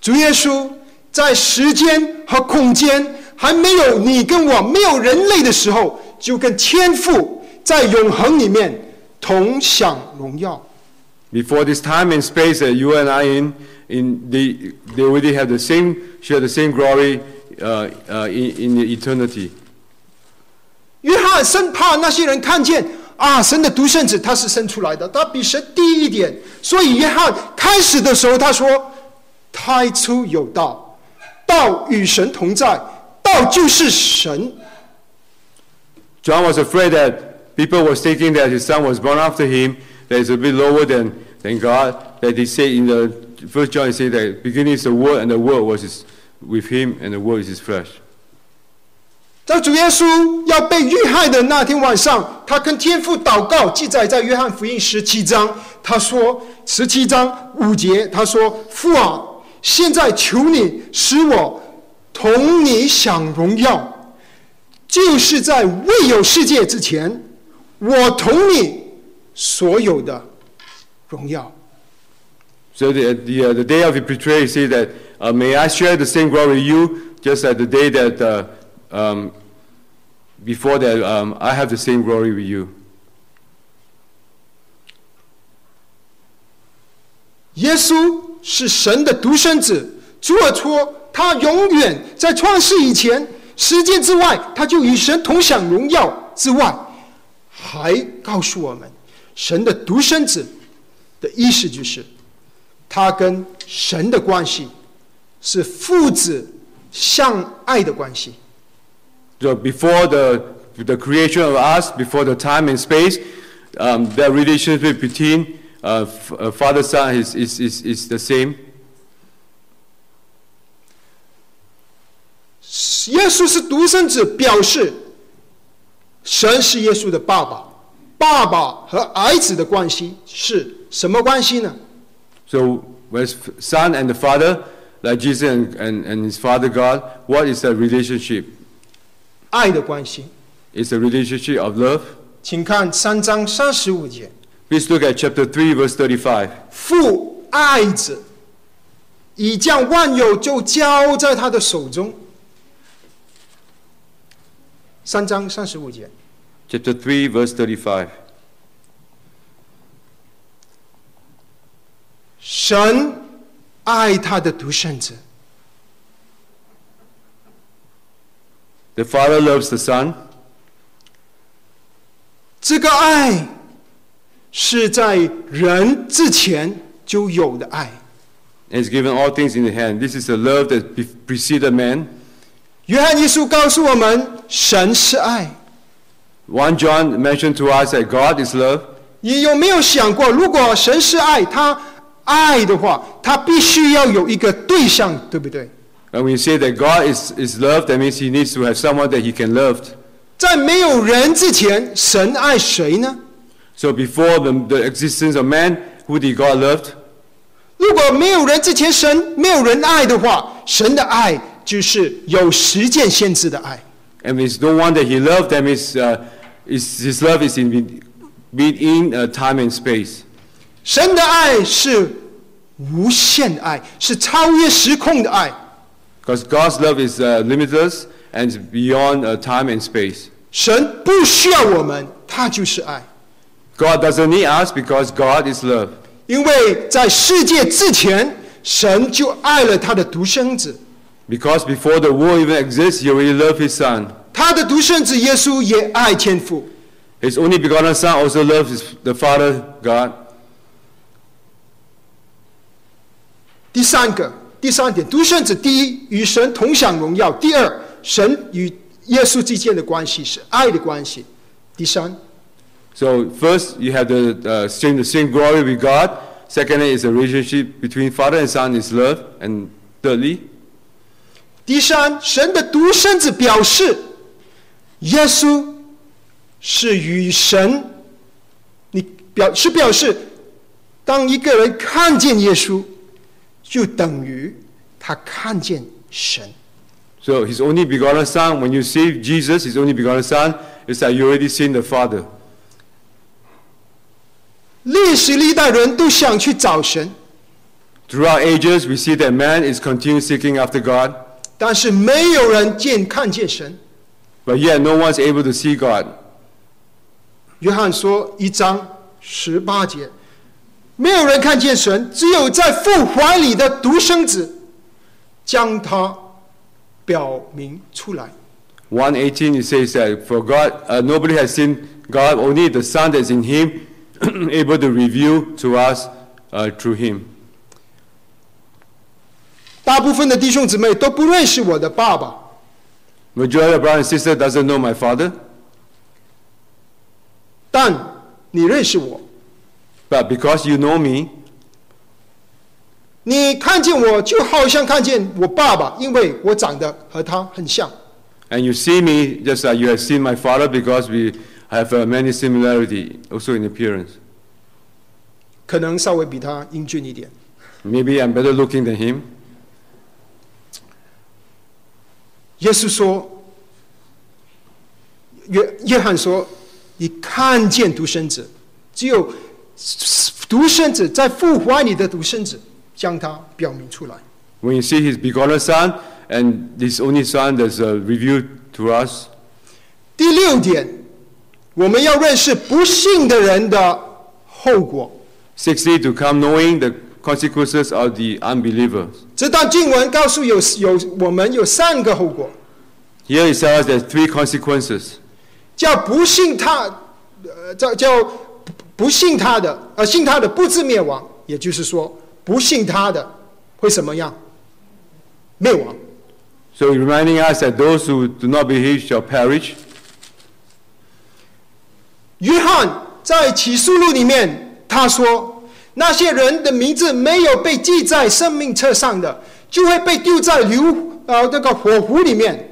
主耶稣在时间和空间还没有你跟我没有人类的时候，就跟天父在永恒里面同享荣耀。 Before this time and space that you and I in, in the, they already have the same, share the same glory uh, uh, in, in eternity. 约翰生怕那些人看见啊，神的独生子他是生出来的，他比神低一点，所以约翰开始的时候他说：“太初有道，道与神同在，道就是神。 John was afraid that people was thinking that his son was born after him, that is a bit lower than, than God, that he said in the first John he said that beginning is the word and the word was his, with him and the word is his flesh. ”在主耶稣要被遇害的那天晚上，他跟天父祷告，记载在约翰福音十七章。他说：“十七章五节，他说：父啊，现在求你使我同你享荣耀。”就是在未有世界之前，我同你所有的荣耀。 So the, the, uh, the day of the betrayal, he said that, uh, may I share the same glory with you, just like the day that, uh, um, before that, um, I have the same glory with you. 耶稣是神的独生子，除了说他永远在创世以前、时间之外，他就与神同享荣耀之外，还告诉我们，神的独生子的意思就是，他跟神的关系是父子相爱的关系。 So before the, the creation of us, before the time and space, um, that relationship between uh, f- uh, father son is, is, is, is the same. 耶稣是独生子，表示神是耶稣的爸爸，爸爸和儿子的关系是什么关系呢？ So whereas f- son and the father, like Jesus and, and, and his father God, what is the relationship? 爱的关系。 It's a relationship of love. 请看三章三十五节， Please look at chapter 3, verse 35. 父爱子，已将万有就交在他的手中。三章三十五节， Chapter 3, verse 35. 神爱他的独生子， The Father loves the Son. 这个爱是在人之前就有的爱。 And has given all things in the hand. This is the love that be- preceded man. 约翰一书告诉我们，神是爱。 1 John mentioned to us that God is love. 你有没有想过，如果神是爱，他爱的话，他必须要有一个对象，对不对？ And when you say that God is, is love, that means he needs to have someone that he can love. 在没有人之前，神爱谁呢？ So before the, the existence of man, who did God love? 如果没有人之前，神没有人爱的话，神的爱就是有时间限制的爱。 And there's no one that he loved, that means uh, is, his love is in, within uh, time and space. 神的爱是无限的爱，是超越时空的爱。 Because God's love is uh, limitless and is beyond uh, time and space. 神不需要我们，他就是爱， God doesn't need us because God is love. 因为在世界之前，神就爱了他的独生子。 Because before the world even exists, He already loved His Son. 他的独生子耶稣也爱天父， His only begotten Son also loved his, the Father, God. 第三个，第三点，独生子第一与神同享荣耀；第二，神与耶稣之间的关系是爱的关系。第三， So first, you have the uh, same the same glory with God. Secondly, is the relationship between Father and Son is love, and thirdly, 第三，神的独生子表示，耶稣是与神，你表是表示，当一个人看见耶稣，就等于他看见神。 so His only begotten Son. When you see Jesus, His only begotten Son, it's like you already seen the Father. 历史历代人都想去找神， Throughout ages, we see that man is continually seeking after God, 但是没有人见看见神。 but yet no one's able to see God. 约翰说一章十八节，没有人看见神，只有在父怀里的独生子将他表明出来。 118 it says that for God uh, nobody has seen God only the Son that's in Him able to reveal to us uh, through Him. 大部分的弟兄姊妹都不认识我的爸爸， Majority of brother and sister doesn't know my Father, 但你认识我， but because you know me, 你看见我就好像看见我爸爸，因为我长得和他很像。 and you see me just like you have seen my Father, because we have uh, many similarity also in appearance. 可能稍微比他英俊一点。 Maybe I'm better looking than Him. 耶稣说，约约翰说，你看见独生子，只有独生子在父怀里的独生子将他表明出来。 When you see His begotten Son and this only Son that's uh, revealed to us, 第六点，我们要认识不信的人的后果。 Sixthly, to come knowing the consequences of the unbelievers. 这段经文告诉有有我们有三个后果， Here it tells us there's three consequences. 叫不信他，呃，叫叫不不信他的，呃，信他的不至灭亡，也就是说，不信他的会怎么样？灭亡。 So it's reminding us that those who do not believe shall perish. 约翰在启示录里面他说，那些人的名字没有被记在生命册上的，就会被丢在硫呃那个火湖里面。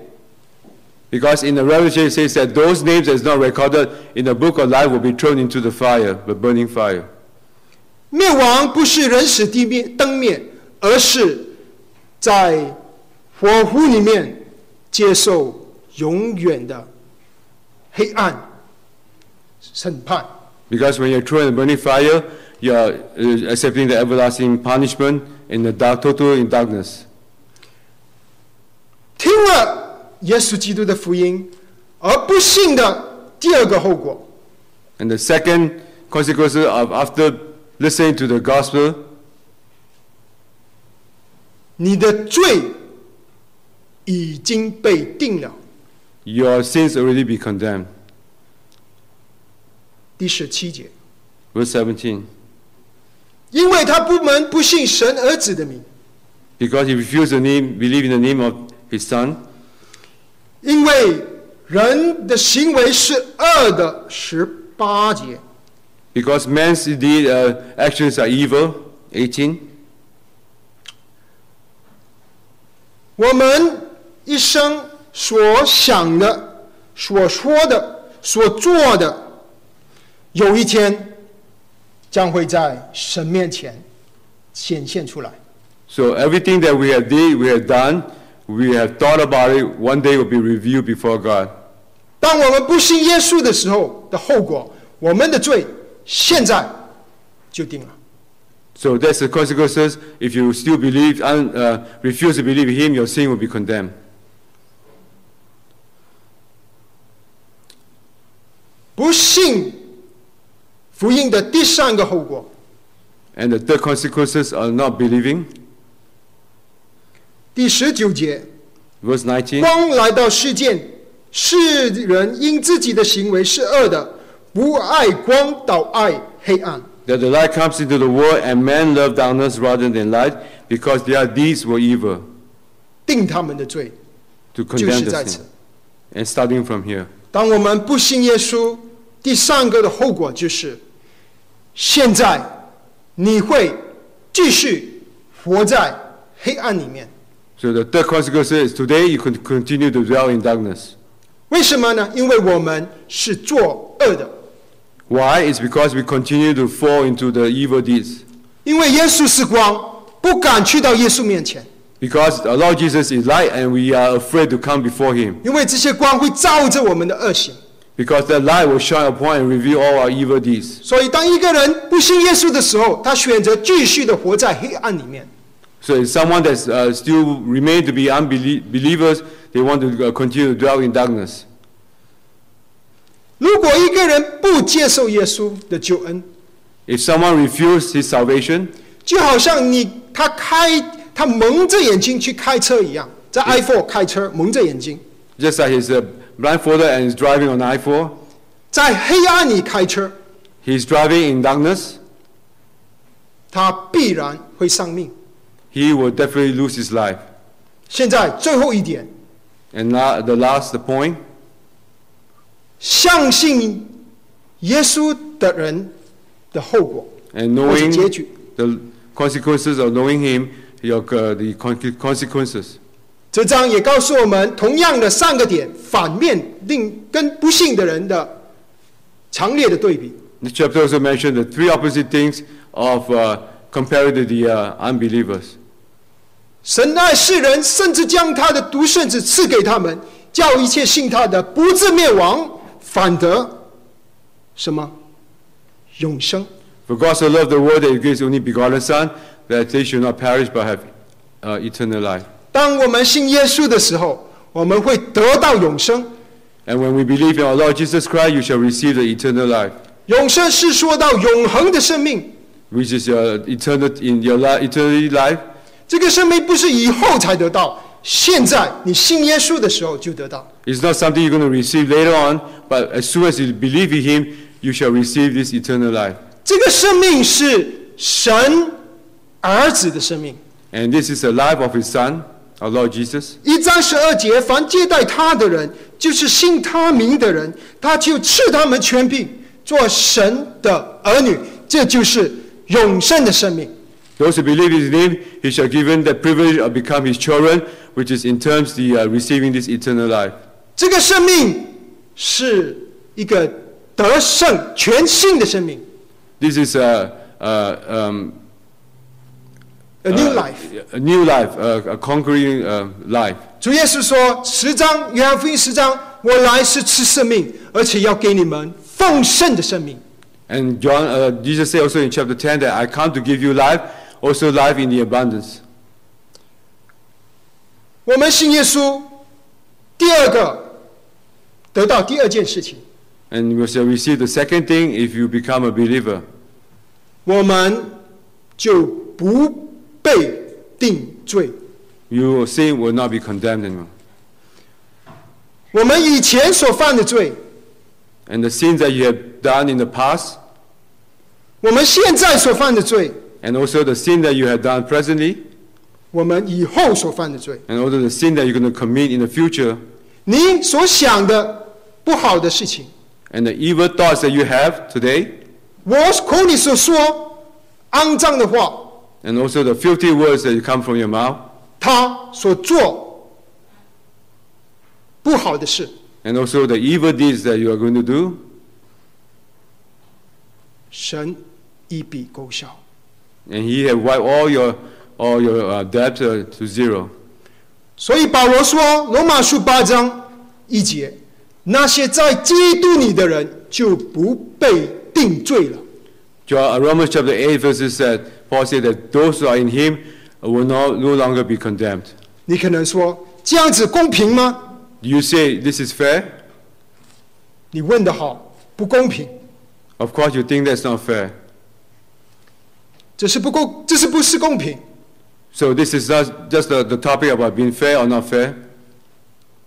Because in the Revelation it says that those names that's not recorded in the book of life will be thrown into the fire, the burning fire. 灭亡不是人死地灭灯灭，而是在火湖里面接受永远的黑暗审判。 Because when you're thrown in the burning fire, you're uh, accepting the everlasting punishment in the dark, total in darkness. 听了耶稣基督的福音而不信的第二个后果， And the second consequence of after listening to the gospel 你的罪已经被定了。 your sins already be condemned. 第十七节， Verse 17. 因为他不门不信神儿子的名， Because he refused the name, believe in the name of his son, 因为人的行为是恶的。十八节。 because man's deed, uh, actions are evil. 18. 我们一生所想的、所说的、所做的，有一天将会在神面前显现出来。 So everything that we have did, we have done, we have thought about it, one day will be reviewed before God. 当我们不信耶稣的时候的后果，我们的罪现在就定了。 So that's the consequences. If you still believe and uh, refuse to believe him, your sin will be condemned. 不信福音的第三个后果， And the third consequences are not believing. 第十九节 Verse 19. 光来到世间，世人因自己的行为是恶的，不爱光，倒爱黑暗。 That the light comes into the world and men love darkness rather than light because their deeds were evil. 定他们的罪 To 就 condemn 是 the 在 sin. 此。 And starting from here, 当我们不信耶稣，第三个的后果就是，现在你会继续活在黑暗里面。 so the third consequence is today you can continue to dwell in darkness. 为什么呢？因为我们是作恶的， Why? It's because we continue to fall into the evil deeds. 因为耶稣是光，不敢去到耶稣面前， Because our Lord Jesus is light and we are afraid to come before him. 因为这些光会照着我们的恶行。 Because that light will shine upon and reveal all our evil deeds. 所以，当一个人不信耶稣的时候，他选择继续的活在黑暗里面。 So if someone that's uh, still remain to be unbelievers, they want to uh, continue to dwell in darkness. 如果一个人不接受耶稣的救恩， If someone refuses his salvation, 就好像你他开他蒙着眼睛去开车一样，在 i4 开车蒙着眼睛， just like he's uh, blindfolded and is driving on I-4, 在黑暗里开车， he's driving in darkness, 他必然会丧命。 he will definitely lose his life. 现在最后一点， And la- the last point, 相信耶稣的人的后果 and 或是 knowing 结局， the consequences of knowing him, your, uh, the con- consequences. 这章也告诉我们，同样的三个点，反面令跟不信的人的强烈的对比。 This chapter also mentioned the three opposite things of uh, compared to the uh, unbelievers. 神爱世人，甚至将他的独生子赐给他们，叫一切信他的不至灭亡，反得什么永生。 For God so loved the world that He gives His only begotten Son, that they should not perish but have uh, eternal life. 当我们信耶稣的时候，我们会得到永生。 And when we believe in our Lord Jesus Christ, you shall receive the eternal life, 永生是说到永恒的生命， which is your eternal in your li- eternity life. 这个生命不是以后才得到，现在你信耶稣的时候就得到。 It's not something you're going to receive later on, but as soon as you believe in Him, you shall receive this eternal life. 这个生命是神儿子的生命。 And this is the life of His Son, our Lord Jesus. 一章十二节，凡接待他的人，就是信他名的人，他就赐他们权柄，做神的儿女。这就是永生的生命。 Those who believe in His name, He shall give them the privilege of become His children, which is in terms the uh, receiving this eternal life. 这个生命是一个得胜全新的生命 This is a, a, um, ，a new uh, life。 a new life, a, a conquering uh, life. 主耶稣说：“十章约翰福音十章，我来是赐生命，而且要给你们丰盛的生命。 And John, uh, Jesus said also in chapter 10 that I come to give you life, also life in the abundance. ”我们信耶稣，第二个得到第二件事情， And we shall receive the second thing if you become a believer. 我们就不被定罪。 Your sin will not be condemned anymore. 我们以前所犯的罪， And the sins that you have done in the past, 我们现在所犯的罪， and also the sin that you have done presently, 我们以后所犯的罪， and also the sin that you're going to commit in the future, 你所想的不好的事情， and the evil thoughts that you have today, 我口里所说肮脏的话， and also the filthy words that come from your mouth, 他所做不好的事， and also the evil deeds that you are going to do, 神一笔勾销。 and He have wiped all your all your uh, debt uh, to zero. 所以保罗说，《罗马书》八章一节，那些在基督里的人就不被定罪了。 Jo- uh, Romans chapter 8 verses that Paul said that those who are in Him will no, no longer be condemned. 你可能说，这样子公平吗？ Do you say this is fair? 你问得好，不公平， Of course, you think that's not fair. 这是不公，这是不是公平？ So this is not just the, the topic about being fair or not fair,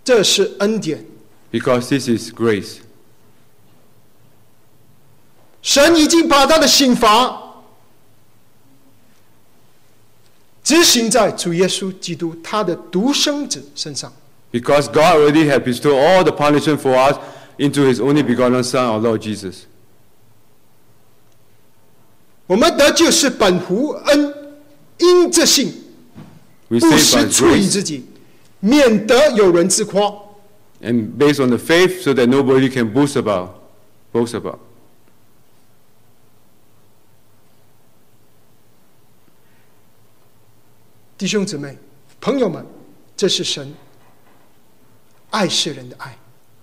这是恩典。 because this is grace. 神已经把他的刑罚执行在主耶稣基督他的独生子身上。 Because God already had bestowed all the punishment for us into his only begotten Son, our Lord Jesus. 我们得救是本乎恩，因着信， We 不 saved by 是 his 出于 grace 自己，免得有人自夸。 and based on the faith so that nobody can boast about. Boast about. 弟兄姊妹、朋友们，这是神爱世人的爱。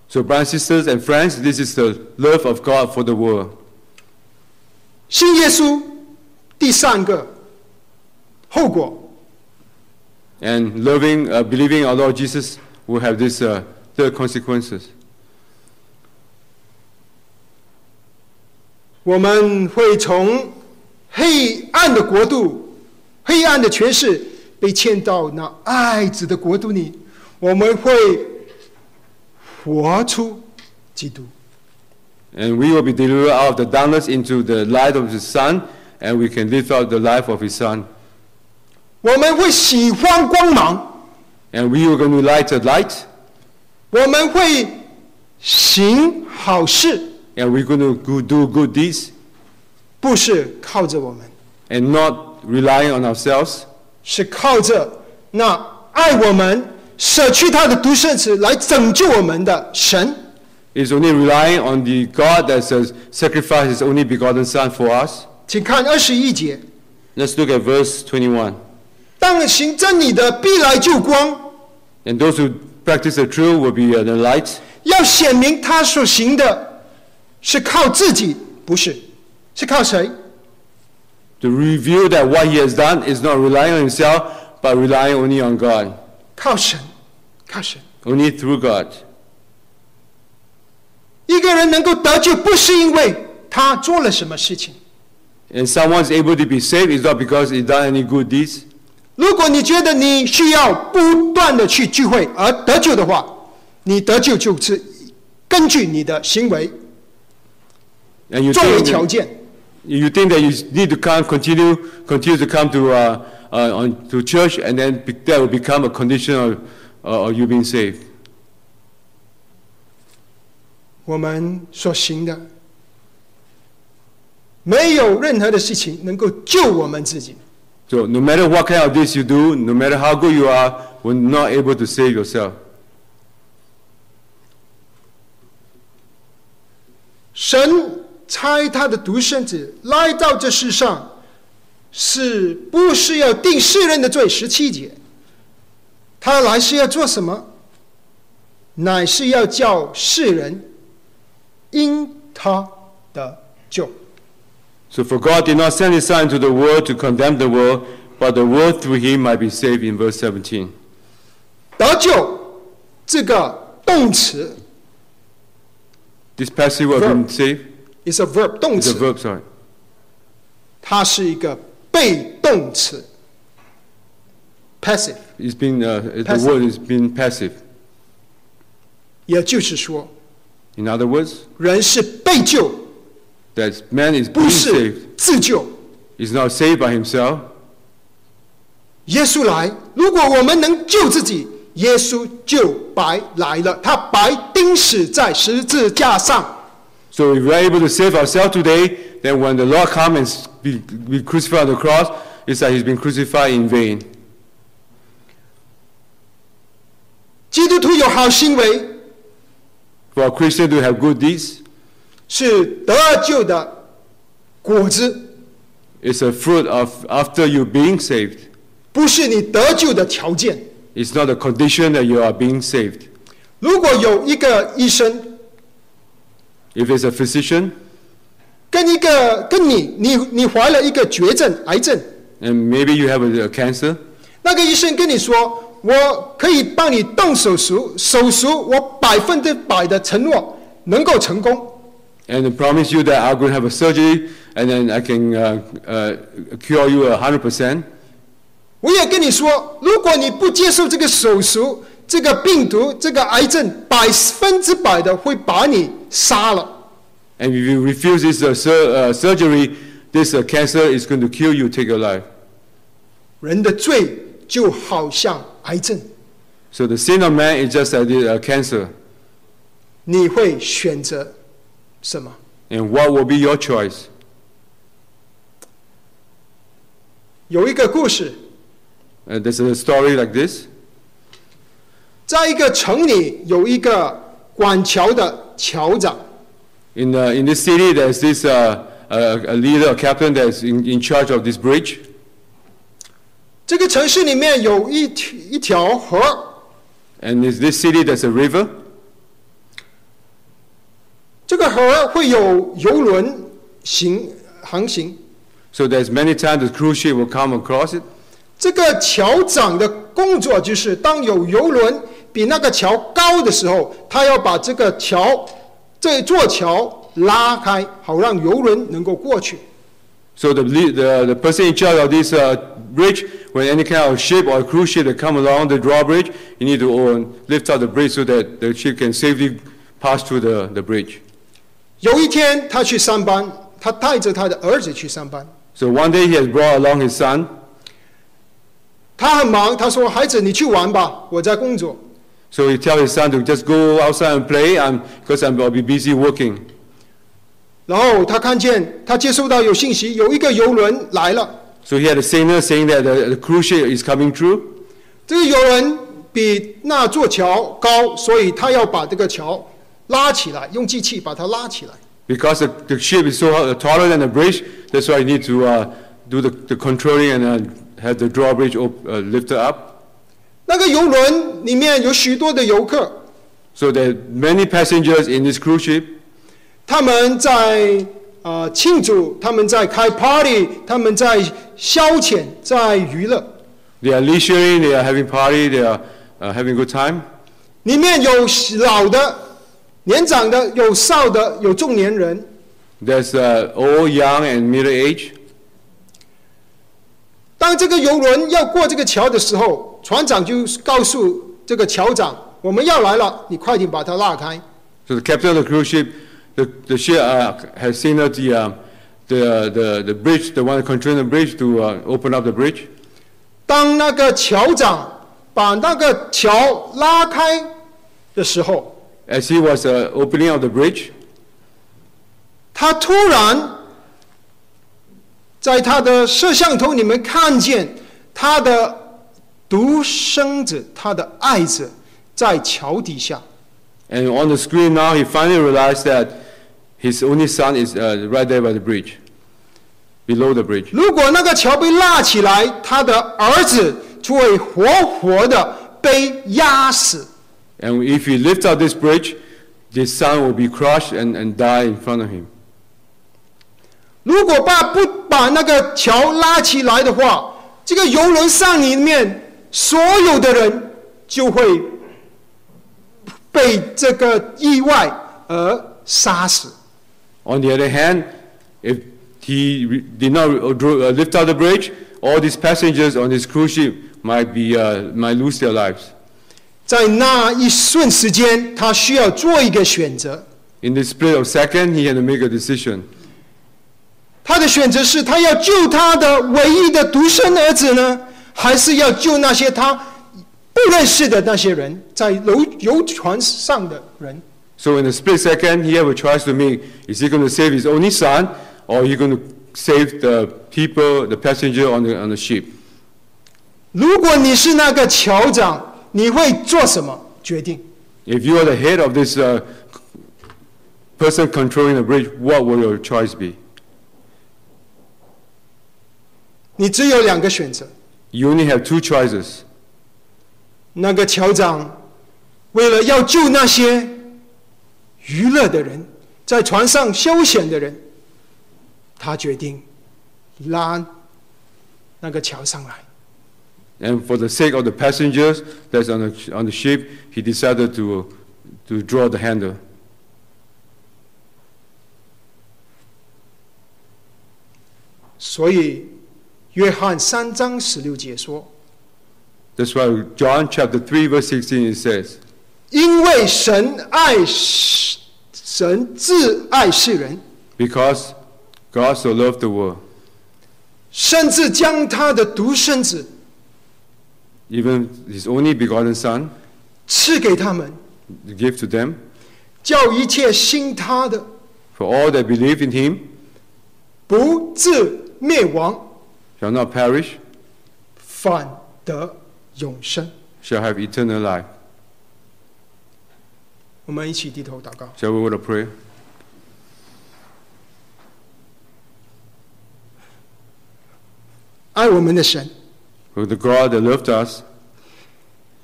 So, brothers, sisters, and friends, this is the love of God for the world. 信耶稣第三个后果 And loving, uh, believing our Lord Jesus will have these uh, third consequences. 我们会从黑暗的国度、黑暗的权势被迁到那爱子的国度里，我们会活出基督。 And we will be delivered out of the darkness into the light of His Son, and we can live out the life of His Son. 我们会喜欢光芒， And we are going to light the light, 我们会行好事， and we're going to go do good deeds, 不是靠着我们， and not relying on ourselves, 是靠着那爱我们、舍去他的独生子来拯救我们的神。 It's only relying on the God that says, sacrificed His only begotten Son for us. 请看二十一节。 Let's look at verse 21. 当行真理的必来救光， And those who practice the truth will be uh, the light, 要显明他所行的是靠自己，不是，是靠谁？ to reveal that what He has done is not relying on Himself, but relying only on God, 靠神，靠神。 only through God. 一个人能够得救，不是因为他做了什么事情。 And someone's able to be saved is not because he done any good deeds. 如果你觉得你需要不断的去聚会而得救的话，你得救就是根据你的行为 And you 作为 think, 条 that, 件。 you think that you need to come, continue, continue to come to, uh, uh, on, to church, and then be, that will become a condition of, uh, of you being saved. 我们所行的，没有任何的事情能够救我们自己。 So no matter what kind of deeds you do, no matter how good you are, we're not able to save yourself. 神差他的独生子来到这世上，是不是要定世人的罪？十七节，他来是要做什么？乃是要叫世人因他的救。 So for God did not send his son into the world to condemn the world, but the world through him might be saved in verse 17. 得救这个动词 This passive word Verb. being saved is a verb 动 is a 词， verb, sorry. 它是一个被动词 passive。 It's been, uh, the Passive. word is being passive. 也就是说， In other words, 人是被救， that man is 不 being 是 saved. 自救。 He's not saved by himself. 耶稣来，如果我们能救自己，耶稣就白来了，他白钉死在十字架上。 So if we're able to save ourselves today, then when the Lord comes and s- be, be crucified on the cross, it's like he's been crucified in vain. 基督徒有好行为 For a Christian to have good deeds, 是得救的果子， It's a fruit of after you being saved. 不是你得救的条件。 It's not a condition that you are being saved. 如果有一个医生 If it's a physician 跟一个跟你你你怀了一个绝症癌症， and maybe you have a, a cancer 那个医生跟你说，我可以帮你动手术，手术我百分之百的承诺能够成功。 and they promise you that I'm going to have a surgery and then I can uh, uh, cure you 100%. 我也跟你说，如果你不接受这个手术，这个病毒、这个癌症，百分之百的会把你杀了。 And if you refuse this uh, sur- uh, surgery, this uh, cancer is going to kill you, take your life. 人的罪就好像癌症， So the sin of man is just like the uh, cancer. 你会选择什么？ And what will be your choice? 有一个故事， Uh, there's a story like this. 在一个城里有一个管桥的酋长， In, uh, in this city, there's this uh, uh, a leader, a captain that's in, in charge of this bridge. 这个城市里面有一条一条河， And in this city, there's a river. 这个河会有游轮行航行。 So there's many times the cruise ship will come across it. 这个桥长的工作就是，当有游轮比那个桥高的时候，他要把这个桥这座桥拉开，好让游轮能够过去。 So the, lea- the, the person in charge of this uh, bridge, when any kind of ship or cruise ship that come along the drawbridge, you need to uh, lift up the bridge so that the ship can safely pass through the, the bridge. 有一天，他去上班，他带着他的儿子去上班。 So one day he has brought along his son. 他很忙，他说：“孩子，你去玩吧，我在工作。 So he tells his son to just go outside and play because I'll be busy working. ”然后他看见，他接收到有信息，有一个游轮来了。 So he had a signal saying that the, the cruise ship is coming through. 这个游轮比那座桥高，所以他要把这个桥拉起来，用机器把它拉起来。 Because the, the ship is so uh, taller than the bridge, that's why you need to uh, do the, the controlling and uh, have the drawbridge op- uh, lifted up. 那个游轮里面有许多的游客， So there are many passengers in this cruise ship. 他们在啊、呃庆祝，他们在开 party，他们在消遣，在娱乐。 They are leisuring, they are having party, they are uh, having a good time. 里面有老的、年长的，有少的，有中年人。 There's uh, old, young, and middle age. 当这个游轮要过这个桥的时候，船长就告诉这个桥长：“我们要来了，你快点把它拉开。” So the captain of the cruise ship, the, the ship uh, has signaled the, um, the, the, the bridge, the one controlling the bridge, to uh, open up the bridge. 当那个酋长把那个桥拉开的时候， As he was uh, opening up the bridge, 他突然在他的摄像头里面看见他的独生子，他的爱子在桥底下。 and on the screen now, he finally realized that his only son is uh, right there by the bridge, below the bridge. 如果那个桥被拉起来，他的儿子就会活活的被压死。 And if he lifts up this bridge, this son will be crushed and, and die in front of him. 如果把不把那个桥拉起来的话，这个游轮上里面所有的人就会被这个意外而杀死。 On the other hand, if he re- did not re- drew- uh, lift up the bridge, all these passengers on this cruise ship might, be, uh, might lose their lives. 在那一瞬时间，他需要做一个选择。 In the split of second, he had to make a decision. 他的选择是他要救他的唯一的独生儿子呢，还是要救那些他不认识的那些人，在游游船上的人？ So in a split second, he had a choice to make. Is he going to save his only son, or he going to save the people, the passenger on the, on the ship? 如果你是那个酋长，你会做什么决定？ If you are the head of this uh, person controlling the bridge, what will your choice be? 你只有两个选择。 You only have two choices. 那个酋长为了要救那些娱乐的人，在船上休闲的人，他决定拉那个桥上来。 And for the sake of the passengers that's on the, on the ship, he decided to, to draw the handle. 所以，约翰三章十六节说 That's why John chapter 3, verse 16, it says,：“ 因为神爱世神挚爱世人， Because God so loved the world, 甚至将他的独生子 even his only begotten Son, 赐给他们， give to them. 叫一切信他的 For all that believe in him 不至灭亡， shall not perish, 反得永生。 shall have eternal life. 我们一起低头祷告。 Shall we go to prayer? 爱我们的神， For the God that loved us,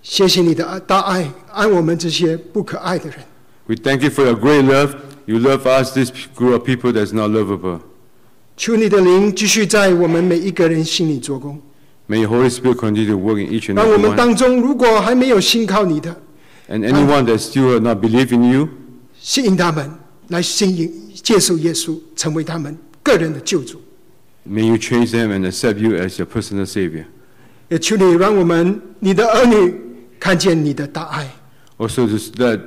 谢谢你的大爱，爱我们这些不可爱的人。 we thank you for your great love. You love us, this group of people that's not lovable. 求你的灵继续在我们每一个人心里做工。 May your Holy Spirit continue to work in each and 当 every 我们 one. 当中如果还没有信靠你的， And anyone that still have not believe in you, 吸引他们来信迎接受耶稣，成为他们个人的救主。 may you change them and accept you as your personal Savior. 也求你让我们你的儿女看见你的大爱， Also, just that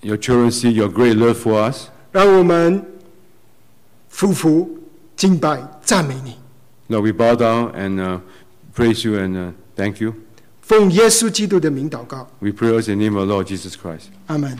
your children see your great love for us. 让我们夫妇敬拜赞美你。 Lord, we bow down and uh, praise you and uh, thank you. 奉耶稣基督的名祷告， We pray us in the name of our Lord Jesus Christ. 阿门。